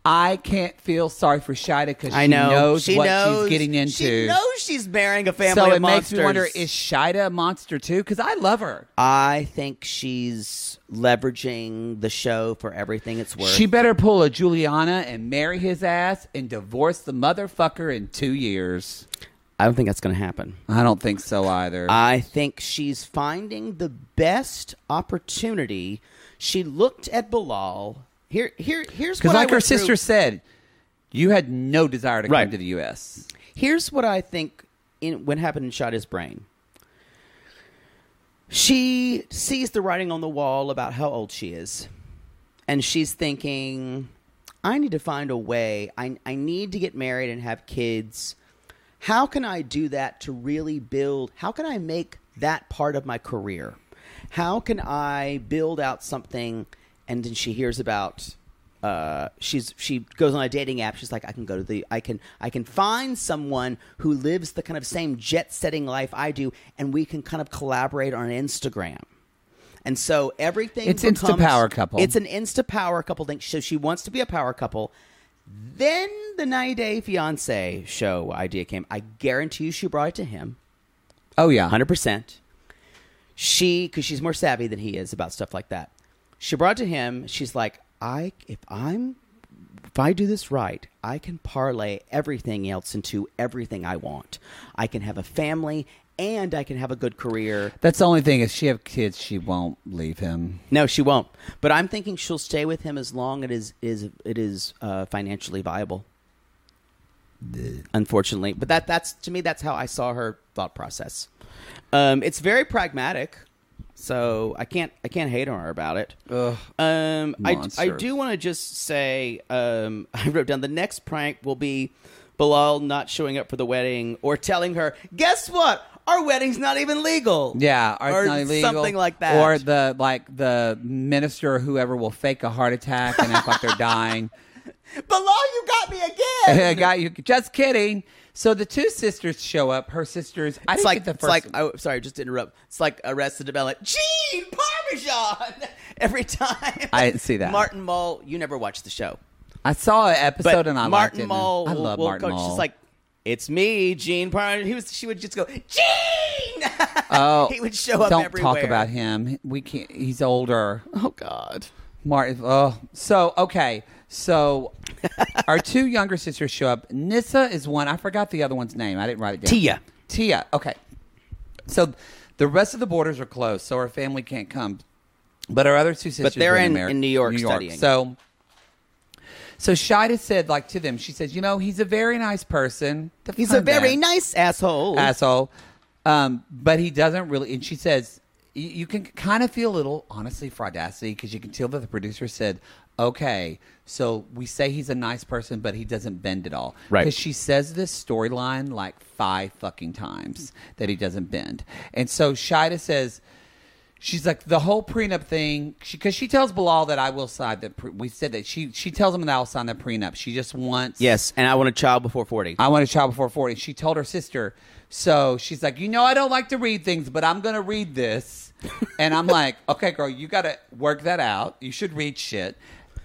I can't feel sorry for Shida because
I
she
know.
knows
she
what
knows,
she's getting into.
She knows she's marrying a family
so
of
it makes
monsters.
me wonder: Is Shida a monster too? Because I love her.
I think she's leveraging the show for everything it's worth.
She better pull a Juliana and marry his ass and divorce the motherfucker in two years.
I don't think that's going to happen.
I don't think so either.
I think she's finding the best opportunity. She looked at Bilal. Here, here, here's
Because
what
like
I
her
went through-
sister said, you had no desire to
Right.
come to the U.S.
Here's what I think in what happened in Shida's brain. She sees the writing on the wall about how old she is. And she's thinking, I need to find a way. I, I need to get married and have kids. How can I do that to really build? How can I make that part of my career? How can I build out something? And then she hears about uh, she's she goes on a dating app. She's like, I can go to the I can I can find someone who lives the kind of same jet setting life I do, and we can kind of collaborate on Instagram. And so everything
It's
becomes,
insta-power couple.
It's an insta power couple thing. So she wants to be a power couple. Then the 90 Day Fiance show idea came. I guarantee you, she brought it to him.
Oh yeah,
hundred percent. She, because she's more savvy than he is about stuff like that. She brought it to him. She's like, I if I'm if I do this right, I can parlay everything else into everything I want. I can have a family and I can have a good career.
That's the only thing. If she have kids, she won't leave him.
No, she won't. But I'm thinking she'll stay with him as long as it is is it is uh, financially viable. Unfortunately, but that that's to me that's how I saw her thought process. Um, it's very pragmatic, so I can't I can't hate on her about it. um, I I
monster.
do want to just say um, [LAUGHS] I wrote down the next prank will be Bilal not showing up for the wedding or telling her, guess what, our wedding's not even legal.
Yeah, or, it's not illegal.
something like that,
Or the like the minister or whoever will fake a heart attack and act
[LAUGHS]
like they're dying.
Bilal, you got me
[LAUGHS]
again.
I got you. Just kidding. So the two sisters show up. Her sisters. I
It's
didn't
like
get the
it's
first.
like
one.
oh, sorry, just to interrupt. It's like Arrested Development. Gene Parmesan [LAUGHS] every time.
I didn't see that.
Martin Mull, you never watched the show,
I saw an episode and I liked
Martin
it.
Mull,
I
will-
love
will
Martin
go-
Mull.
She's like, it's me, Gene Parmesan. He was. She would just go, Gene. [LAUGHS]
oh,
he would show up.
Don't
everywhere.
talk about him. We can't. He's older.
Oh God.
Martin. Oh, so okay.
[LAUGHS]
So our two younger sisters show up. Nissa is one. I forgot the other one's name. I didn't write it down.
Tia.
Tia. Okay. So the rest of the borders are closed, so her family can't come. But our other two sisters,
they're
are
in-
in, Ameri-
in New York studying.
So, so Shida said, like to them, she says, you know, he's a very nice person. To
He's a
find
very
that
nice asshole.
asshole. Um, but he doesn't really. And she says, you, you can kind of feel a little, honestly, for audacity because you can tell that the producer said, okay, so we say he's a nice person, but he doesn't bend at all.
Right.
Because she says this storyline like five fucking times that he doesn't bend. And so Shida says, She's like the whole prenup thing, because she, tells Bilal that I will sign the. Pre- we said that she she tells him that I'll sign the prenup. She just wants
Yes, and I want a child before 40.
I want a child before 40. She told her sister. So she's like, you know, I don't like to read things, but I'm going to read this. and I'm like, okay, girl, you got to work that out. You should read shit.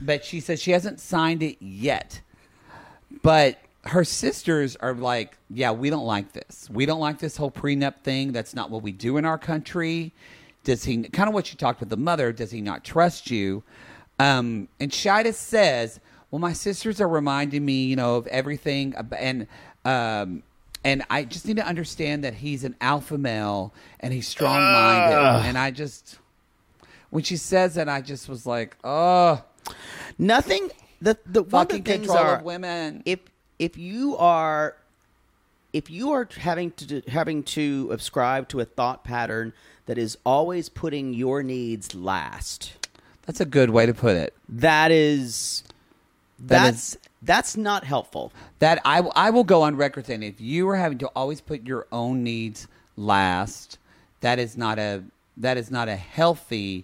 But she says she hasn't signed it yet. But her sisters are like, yeah, we don't like this. We don't like this whole prenup thing. That's not what we do in our country. Does he kind of what you talked with the mother? Does he not trust you? Um, and Shida says, well, my sisters are reminding me, you know, of everything, ab- and um, and I just need to understand that he's an alpha male and he's strong minded, and I just. When she says that, I just was like, "Oh,
Nothing. The the one of the
fucking
things
control
are
of women."
if if you are if you are having to do- having to ascribe to a thought pattern that is always putting your needs last.
That's a good way to put it.
That is that's
is-
that's not helpful.
That I, I will go on record saying if you are having to always put your own needs last, that is not a that is not a healthy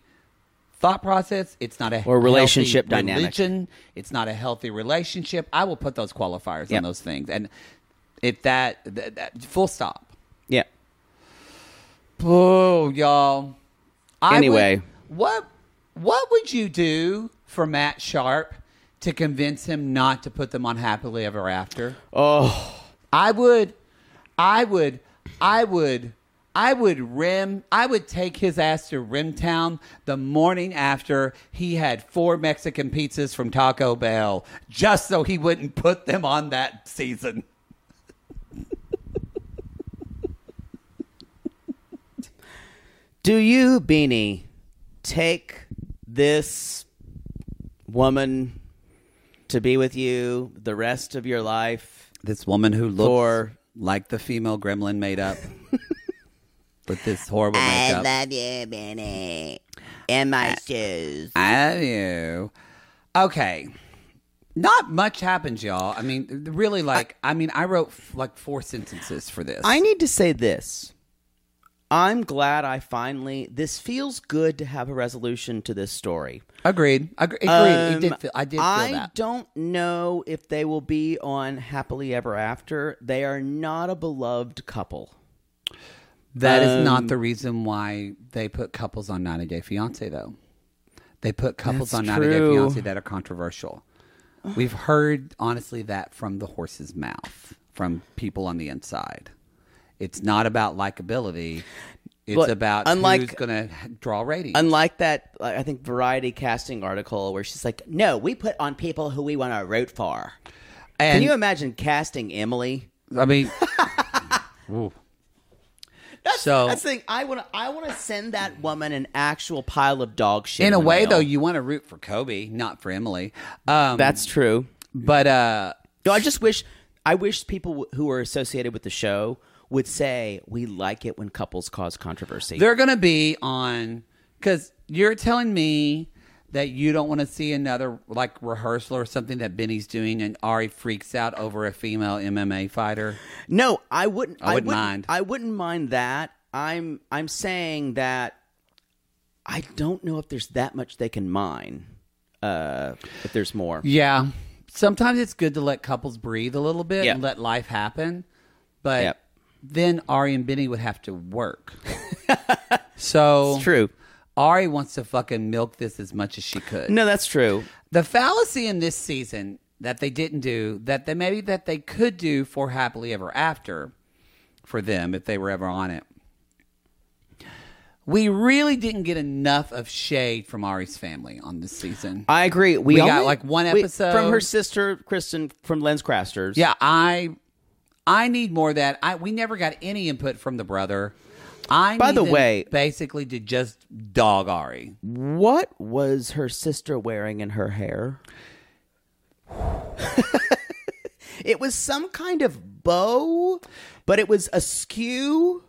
thought process. It's not a
Or relationship
healthy
dynamic.
Religion. It's not a healthy relationship. I will put those qualifiers
Yep.
on those things, and if that, that, that full stop.
Yeah.
Boo, y'all. I
Anyway.
would- what what would you do for Matt Sharp to convince him not to put them on happily ever after?
Oh,
I would, I would, I would, I would rim. I would take his ass to Rimtown the morning after he had four Mexican pizzas from Taco Bell, just so he wouldn't put them on that season.
do you Beanie take this woman to be with you the rest of your life?
This woman who looks
For-
like the female gremlin
[LAUGHS]
made up with this horrible makeup.
you, Benny. In my shoes.
I do. Okay. Not much happens, y'all. I mean, really, like, I, mean, I wrote f- like four sentences for this.
I need to say this. I'm glad I finally. This feels good to have a resolution to this story.
agreed. Agre- agreed. it
Um,
did feel, I did feel
I
that.
don't know if they will be on Happily Ever After. They are not a beloved couple.
That is
Um,
not the reason why they put couples on 90 Day Fiance, though. They put couples
That's
on 90 Day
true.
Fiance that are controversial. We've heard, honestly, that from the horse's mouth, from people on the inside. It's not about likability. It's
But
about
unlike-
who's going to draw ratings.
Unlike that, I think Variety casting article where she's like, "No, we put on people who we want to root for." Can
And-
you imagine casting Emily?
I
[LAUGHS]
mean, so
That's the thing. I want to. I want to send that woman an actual pile of dog shit.
in a
the
way,
mail.
though, you want to root for Kobe, not for Emily. Um,
that's true.
but uh,
No, I just wish. I wish people w- who are associated with the show would say we like it when couples cause controversy.
they're going to be on because you're telling me that you don't want to see another like rehearsal or something that Benny's doing, and Ari freaks out over a female MMA fighter.
no, I wouldn't.
I wouldn't mind.
I wouldn't mind that. I'm. I'm saying that. I don't know if there's that much they can mine. Uh, if there's more,
Yeah, sometimes it's good to let couples breathe a little bit
Yeah.
and let life happen, but
Yep.
then Ari and Benny would have
[LAUGHS]
to work. so
It's true.
Ari wants to fucking milk this as much as she could.
No, that's true.
The fallacy in this season that they didn't do, that they maybe that they could do for happily ever after for them if they were ever on it. We really didn't get enough of shade from Ari's family on this season.
I agree. We,
We got,
only-
like, one
we-
episode.
from her sister Kristen from Lenscrafters.
yeah, I I need more of that. I we never got any input from the brother. I
By
need
the
them
way-
basically to just dog Ari.
What was her sister wearing in her hair? [LAUGHS] it was some kind of bow, but it was askew.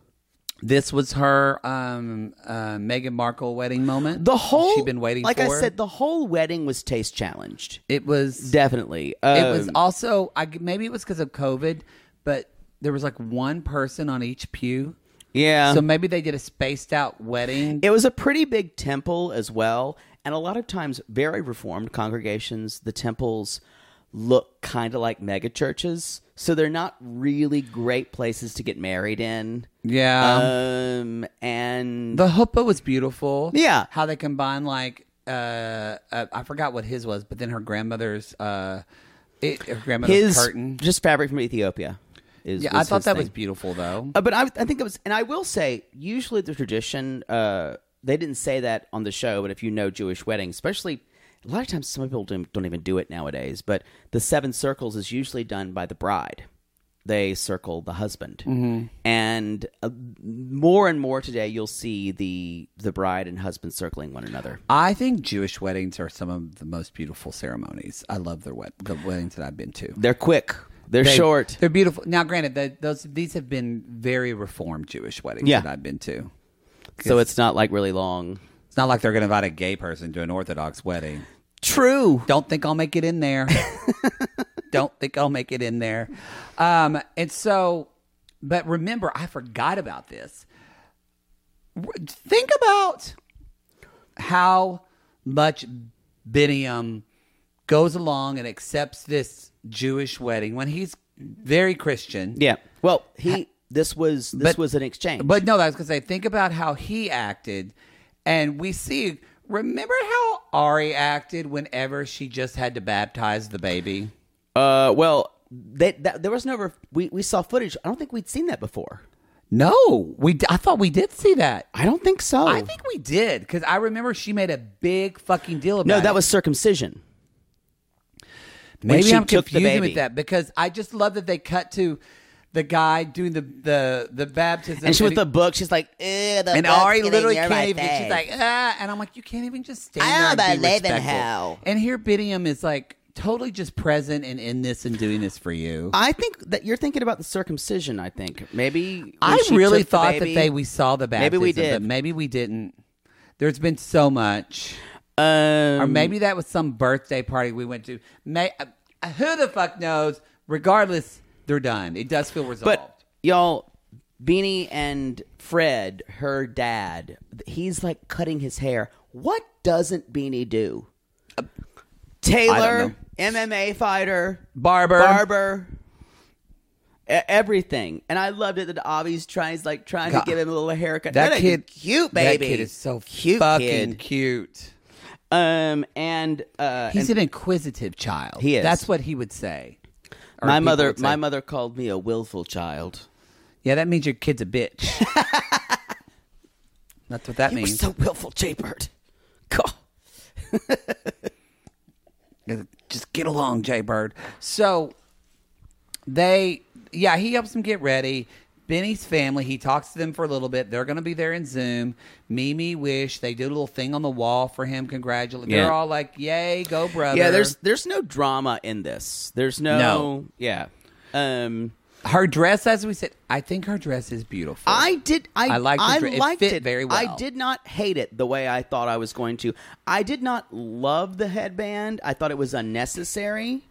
This was her um, uh, Meghan Markle wedding moment.
The whole
she'd been waiting
Like
for.
I said, the whole wedding was taste challenged.
it was
Definitely.
It was
Um,
also I g- maybe it was because of COVID, but there was like one person on each pew
Yeah.
so maybe they did a spaced out wedding.
Uh-huh. It was a pretty big temple as well, and a lot of times very reformed congregations, the temples look kind of like mega churches, so they're not really great places to get married in.
yeah.
Um and
The huppah was beautiful.
Yeah.
how they combine like uh, uh I forgot what his was, but then her grandmother's uh, it, her grandmother's
his
curtain.
just fabric from Ethiopia is
Yeah, I
was
thought
his
that
thing.
was beautiful though.
Uh, but I, I think it was, and I will say, usually the tradition, uh, they didn't say that on the show, but if you know Jewish weddings, especially a lot of times some people don't, don't even do it nowadays, but the seven circles is usually done by the bride. They circle the husband,
Mm-hmm.
and uh, more and more today, you'll see the the bride and husband circling one another.
I think Jewish weddings are some of the most beautiful ceremonies. I love their wed- the weddings that I've been to.
They're quick, they're
They-
short.
They're beautiful. Now, granted, the, those these have been very reformed Jewish weddings
Yeah.
that I've been to.
so it's not like really long.
It's not like they're going to invite a gay person to an Orthodox wedding.
True.
Don't think I'll make it in
[LAUGHS]
there. Don't think I'll make it in there. Um, and so, but remember, I forgot about this. R- Think about how much Biniam goes along and accepts this Jewish wedding when he's very Christian.
Yeah. Well, he. This was this
But-
was an exchange.
But no, I was gonna say, think about how he acted, and we see. Remember how Ari acted whenever she just had to baptize the baby.
Uh, well, they, that, there was never we, we saw footage. I don't think we'd seen that before.
No, we. d- I thought we did see that.
I don't think so.
I think we did because I remember she made a big fucking deal about
no,
it.
that was circumcision. when
Maybe
she
I'm
took the
confusing
baby.
with that because I just love that they cut to the guy doing the the the baptism
And she with
he-
the book, she's like, "Eh, the
and
book's
Ari
getting
literally
near
can't
my
even. She's
face."
like, ah, and I'm like, you can't even just stand
I
there
don't
and be
believe in
respectful.
hell.
And here, Bidium is like totally just present and in this and doing this for you.
I think that you're thinking about the circumcision. I think maybe when
I
she
really
took the
thought
baby-
that they we saw the baptism,
Maybe we
but
did.
maybe we didn't. There's been so much,
um,
or maybe that was some birthday party we went to. May uh, who the fuck knows? Regardless, they're done. It does feel resolved.
But y'all, Beanie and Fred, her dad, he's like cutting his hair. What doesn't Beanie do?
Uh,
Taylor, MMA fighter,
Barber.
barber, e- everything. And I loved it that Avi's tries like trying
God.
to give him a little haircut.
that
No, no,
kid,
cute baby.
That kid is so
cute.
fucking
kid.
cute.
Um, and uh,
He's
and
an inquisitive child.
He is.
That's what he would say. Or
my
people
mother,
would say.
my mother called me a willful child.
Yeah, that means your kid's
[LAUGHS]
a bitch. That's what that
You were
means.
so willful, Jaybird. God.
Just get along, Jay Bird. So they, yeah, he helps them get ready. Benny's family, he talks to them for a little bit. They're going to be there in Zoom. Mimi wish they did a little thing on the wall for him. Congratulate.
Yeah.
They're all like, "Yay, go brother!"
Yeah, there's there's no drama in this. There's no,
No.
yeah. Um
her dress, as we said. I think her dress is beautiful.
I did I
I liked the
I
dra- it
liked
fit very well.
I did not hate it the way I thought I was going to. I did not love the headband. I thought it was unnecessary.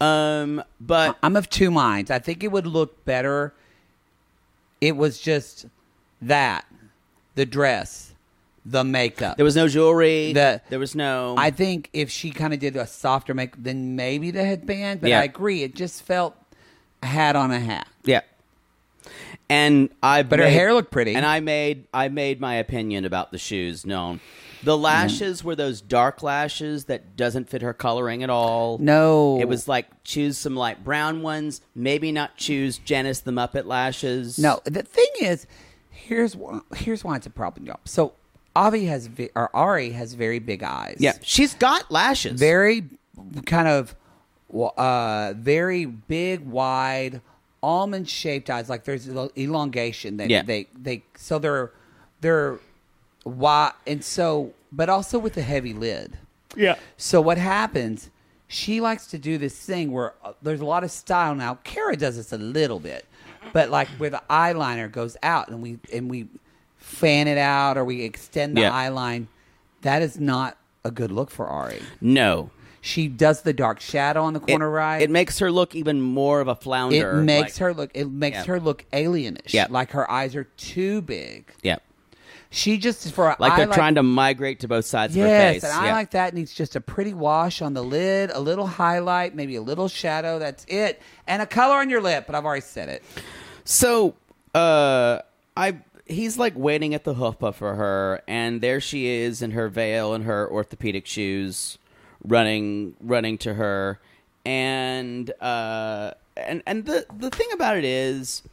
Um but
I'm of two minds. I think it would look better. It was just that the dress, the makeup.
there was no jewelry.
The-
there was no
I think if she kind of did a softer makeup, then maybe the headband. But
Yeah.
I agree, it just felt a hat on a hat.
Yeah. And I
But her hair looked pretty.
And I made I made my opinion about the shoes known. The lashes
Mm-hmm.
were those dark lashes that doesn't fit her coloring at all.
No.
It was like choose some light brown ones, maybe not choose Janice the Muppet lashes.
No, the thing is, here's wh- here's why it's a problem, y'all. So Avi has ve- or Ari has very big eyes.
Yeah. She's got lashes.
very kind of uh very big wide almond shaped eyes like there's el- elongation that
Yeah.
they they so they're they're wide and so but also with a heavy lid
Yeah.
so what happens she likes to do this thing where uh, there's a lot of style now kara does this a little bit but like where the eyeliner goes out and we and we fan it out or we extend the
Yeah.
eyeline that is not a good look for Ari.
No.
She does the dark shadow on the
It,
corner right.
it makes her look even more of a
It
flounder.
makes
like-
her look. It makes
Yeah.
her look alienish.
Yeah.
like her eyes are too big.
Yeah.
She just for a-
Like
I
they're trying to migrate to both sides of her
Yes,
face.
and I
yeah.
like that. Needs just a pretty wash on the lid, a little highlight, maybe a little shadow. That's it, and a color on your lip. But I've already said it.
So, uh, I he's like waiting at the hoofpa for her, and there she is in her veil and her orthopedic shoes, running running to her, and uh, and and the the thing about it is.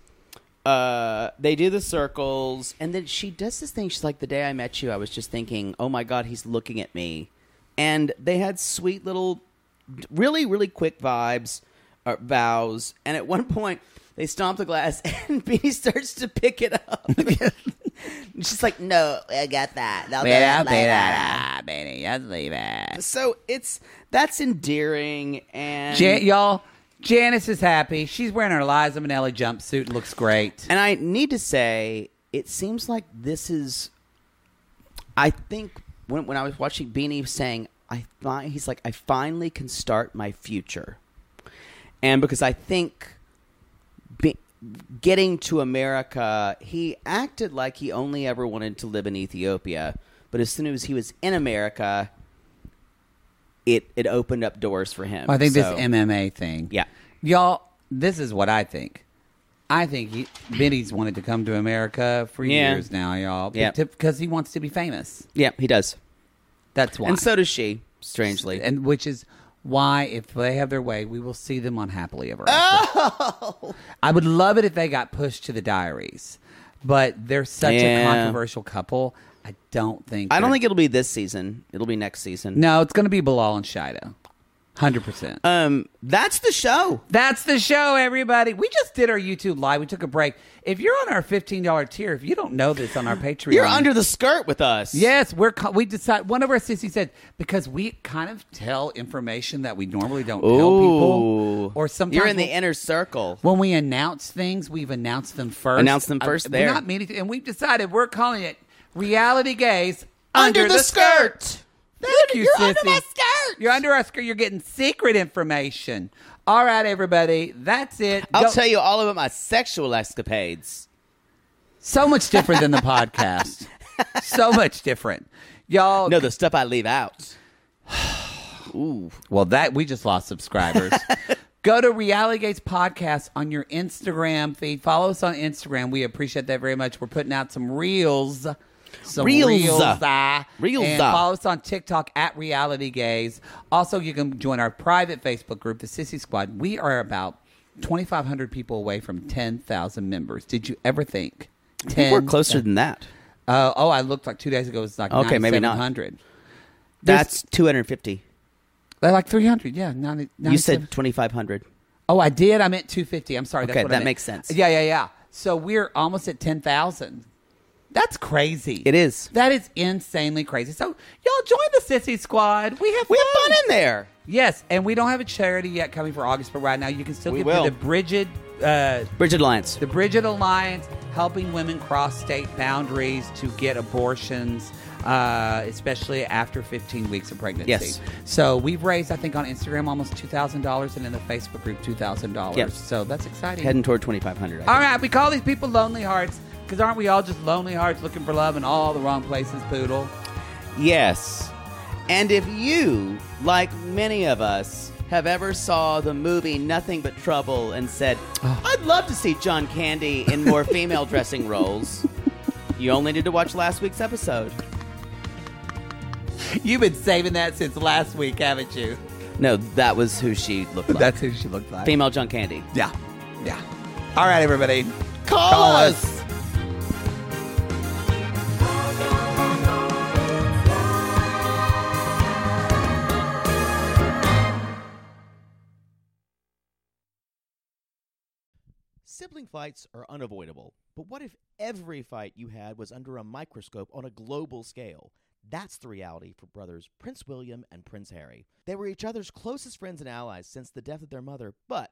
Uh, they do the circles, and then she does this thing. She's like, "The day I met you, I was just thinking, oh my god, he's looking at me." And they had sweet little, really, really quick vibes, uh, vows. And at one point, they stomp the glass, [LAUGHS] and Beanie starts to pick it up. [LAUGHS] And She's like, "No, I got that. I'll do that Ah, later." So it's that's endearing, and
Jan- y'all, Janice is happy. She's wearing her Liza Minnelli jumpsuit. Looks great.
And I need to say, it seems like this is. I think when when I was watching Beanie saying, I find he's like, I finally can start my future, and because I think. Be, getting to America, he acted like he only ever wanted to live in Ethiopia, but as soon as he was in America, it it opened up doors for him.
I think
So-
this MMA thing.
Yeah.
Y'all, this is what I think. I think he, Benny's wanted to come to America for
Yeah.
years now, y'all.
Yeah.
Because he wants to be famous.
yeah, he does,
That's why.
and so does she. Strangely,
And which is why, if they have their way, we will see them on Happily Ever After.
Oh!
I would love it if they got pushed to the diaries, but they're such a
Yeah.
controversial couple. I don't think.
I don't
they're-
think it'll be this season. It'll be next season.
No, it's going to be Bilal and Shida. 100%.
Um, that's the show.
That's the show, everybody. We just did our YouTube live. We took a break. If you're on our $15 tier, if you don't know this on our Patreon,
[GASPS] You're under the skirt with us.
Yes, we're co- we decide. One of our sissies said because we kind of tell information that we normally don't tell people,
Ooh.
or sometimes
you're in the
we'll-
inner circle.
When we announce things, we've announced them first. Uh,
Announce them first
we're
there.
not meaning to, and we've decided we're calling it reality gaze
Under
under,
the skirt.
Thank you,
You're
sissy.
under my skirt.
You're under our skirt. You're getting secret information. All right, everybody, that's it.
I'll
Don't-
tell you all about my sexual escapades.
So much different than the podcast. So much different, y'all.
No, the stuff I leave
[SIGHS]
out.
Well, that we just
[LAUGHS]
lost subscribers. Go to Reality Gates Podcast on your Instagram feed. Follow us on Instagram. We appreciate that very much. We're putting out some reels. Some
Reels.
reels, uh,
Reels,
and
uh.
follow us on TikTok at Reality Gaze. Also, you can join our private Facebook group, the Sissy Squad. We are about twenty five hundred people away from ten thousand members. Did you ever think? 10,
We're closer than that.
Uh, oh, I looked like two days ago. It was like
Okay, maybe not.
9,700.
That's 250.
They're like three hundred. Yeah, 90,
You said 2,500.
Oh, I did. I meant 250. I'm sorry. That's
Okay,
what I
that
meant.
makes sense.
Yeah, yeah, yeah. So we're almost at 10,000. That's crazy.
It is.
That is insanely crazy. So y'all join the Sissy Squad. We have
We
fun.
have fun in there.
Yes, and we don't have a charity yet coming for August, but right now you can still
We
get
will.
to the Bridget, uh,
Bridget Lyons.
the Bridget Alliance, helping women cross state boundaries to get abortions, uh, especially after 15 weeks of pregnancy.
Yes.
So we've raised, I think, on Instagram almost $2,000 and in the Facebook group $2,000.
Yes.
So that's exciting.
Heading toward 2,500. I
all
think.
right, we call these people lonely hearts because aren't we all just lonely hearts looking for love in all the wrong places, Poodle?
Yes. And if you, like many of us, have ever saw the movie Nothing But Trouble and said, I'd love to see John Candy in more female dressing roles, you only need to watch last week's episode.
You've been saving that since last week, haven't you?
No, that was who she looked like.
That's who she looked like.
female John Candy.
Yeah. Yeah. All right, everybody.
Call,
us.
us.
Sibling fights are unavoidable, but what if every fight you had was under a microscope on a global scale? That's the reality for brothers Prince William and Prince Harry. They were each other's closest friends and allies since the death of their mother, but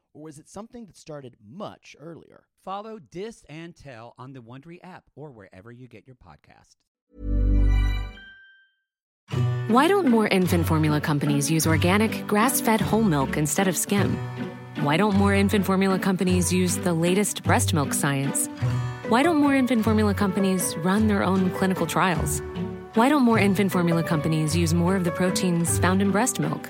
or was it something that started much earlier?
Follow Dis and Tell on the Wondery app or wherever you get your podcasts.
Why don't more infant formula companies use organic, grass fed whole milk instead of skim? Why don't more infant formula companies use the latest breast milk science? Why don't more infant formula companies run their own clinical trials? Why don't more infant formula companies use more of the proteins found in breast milk?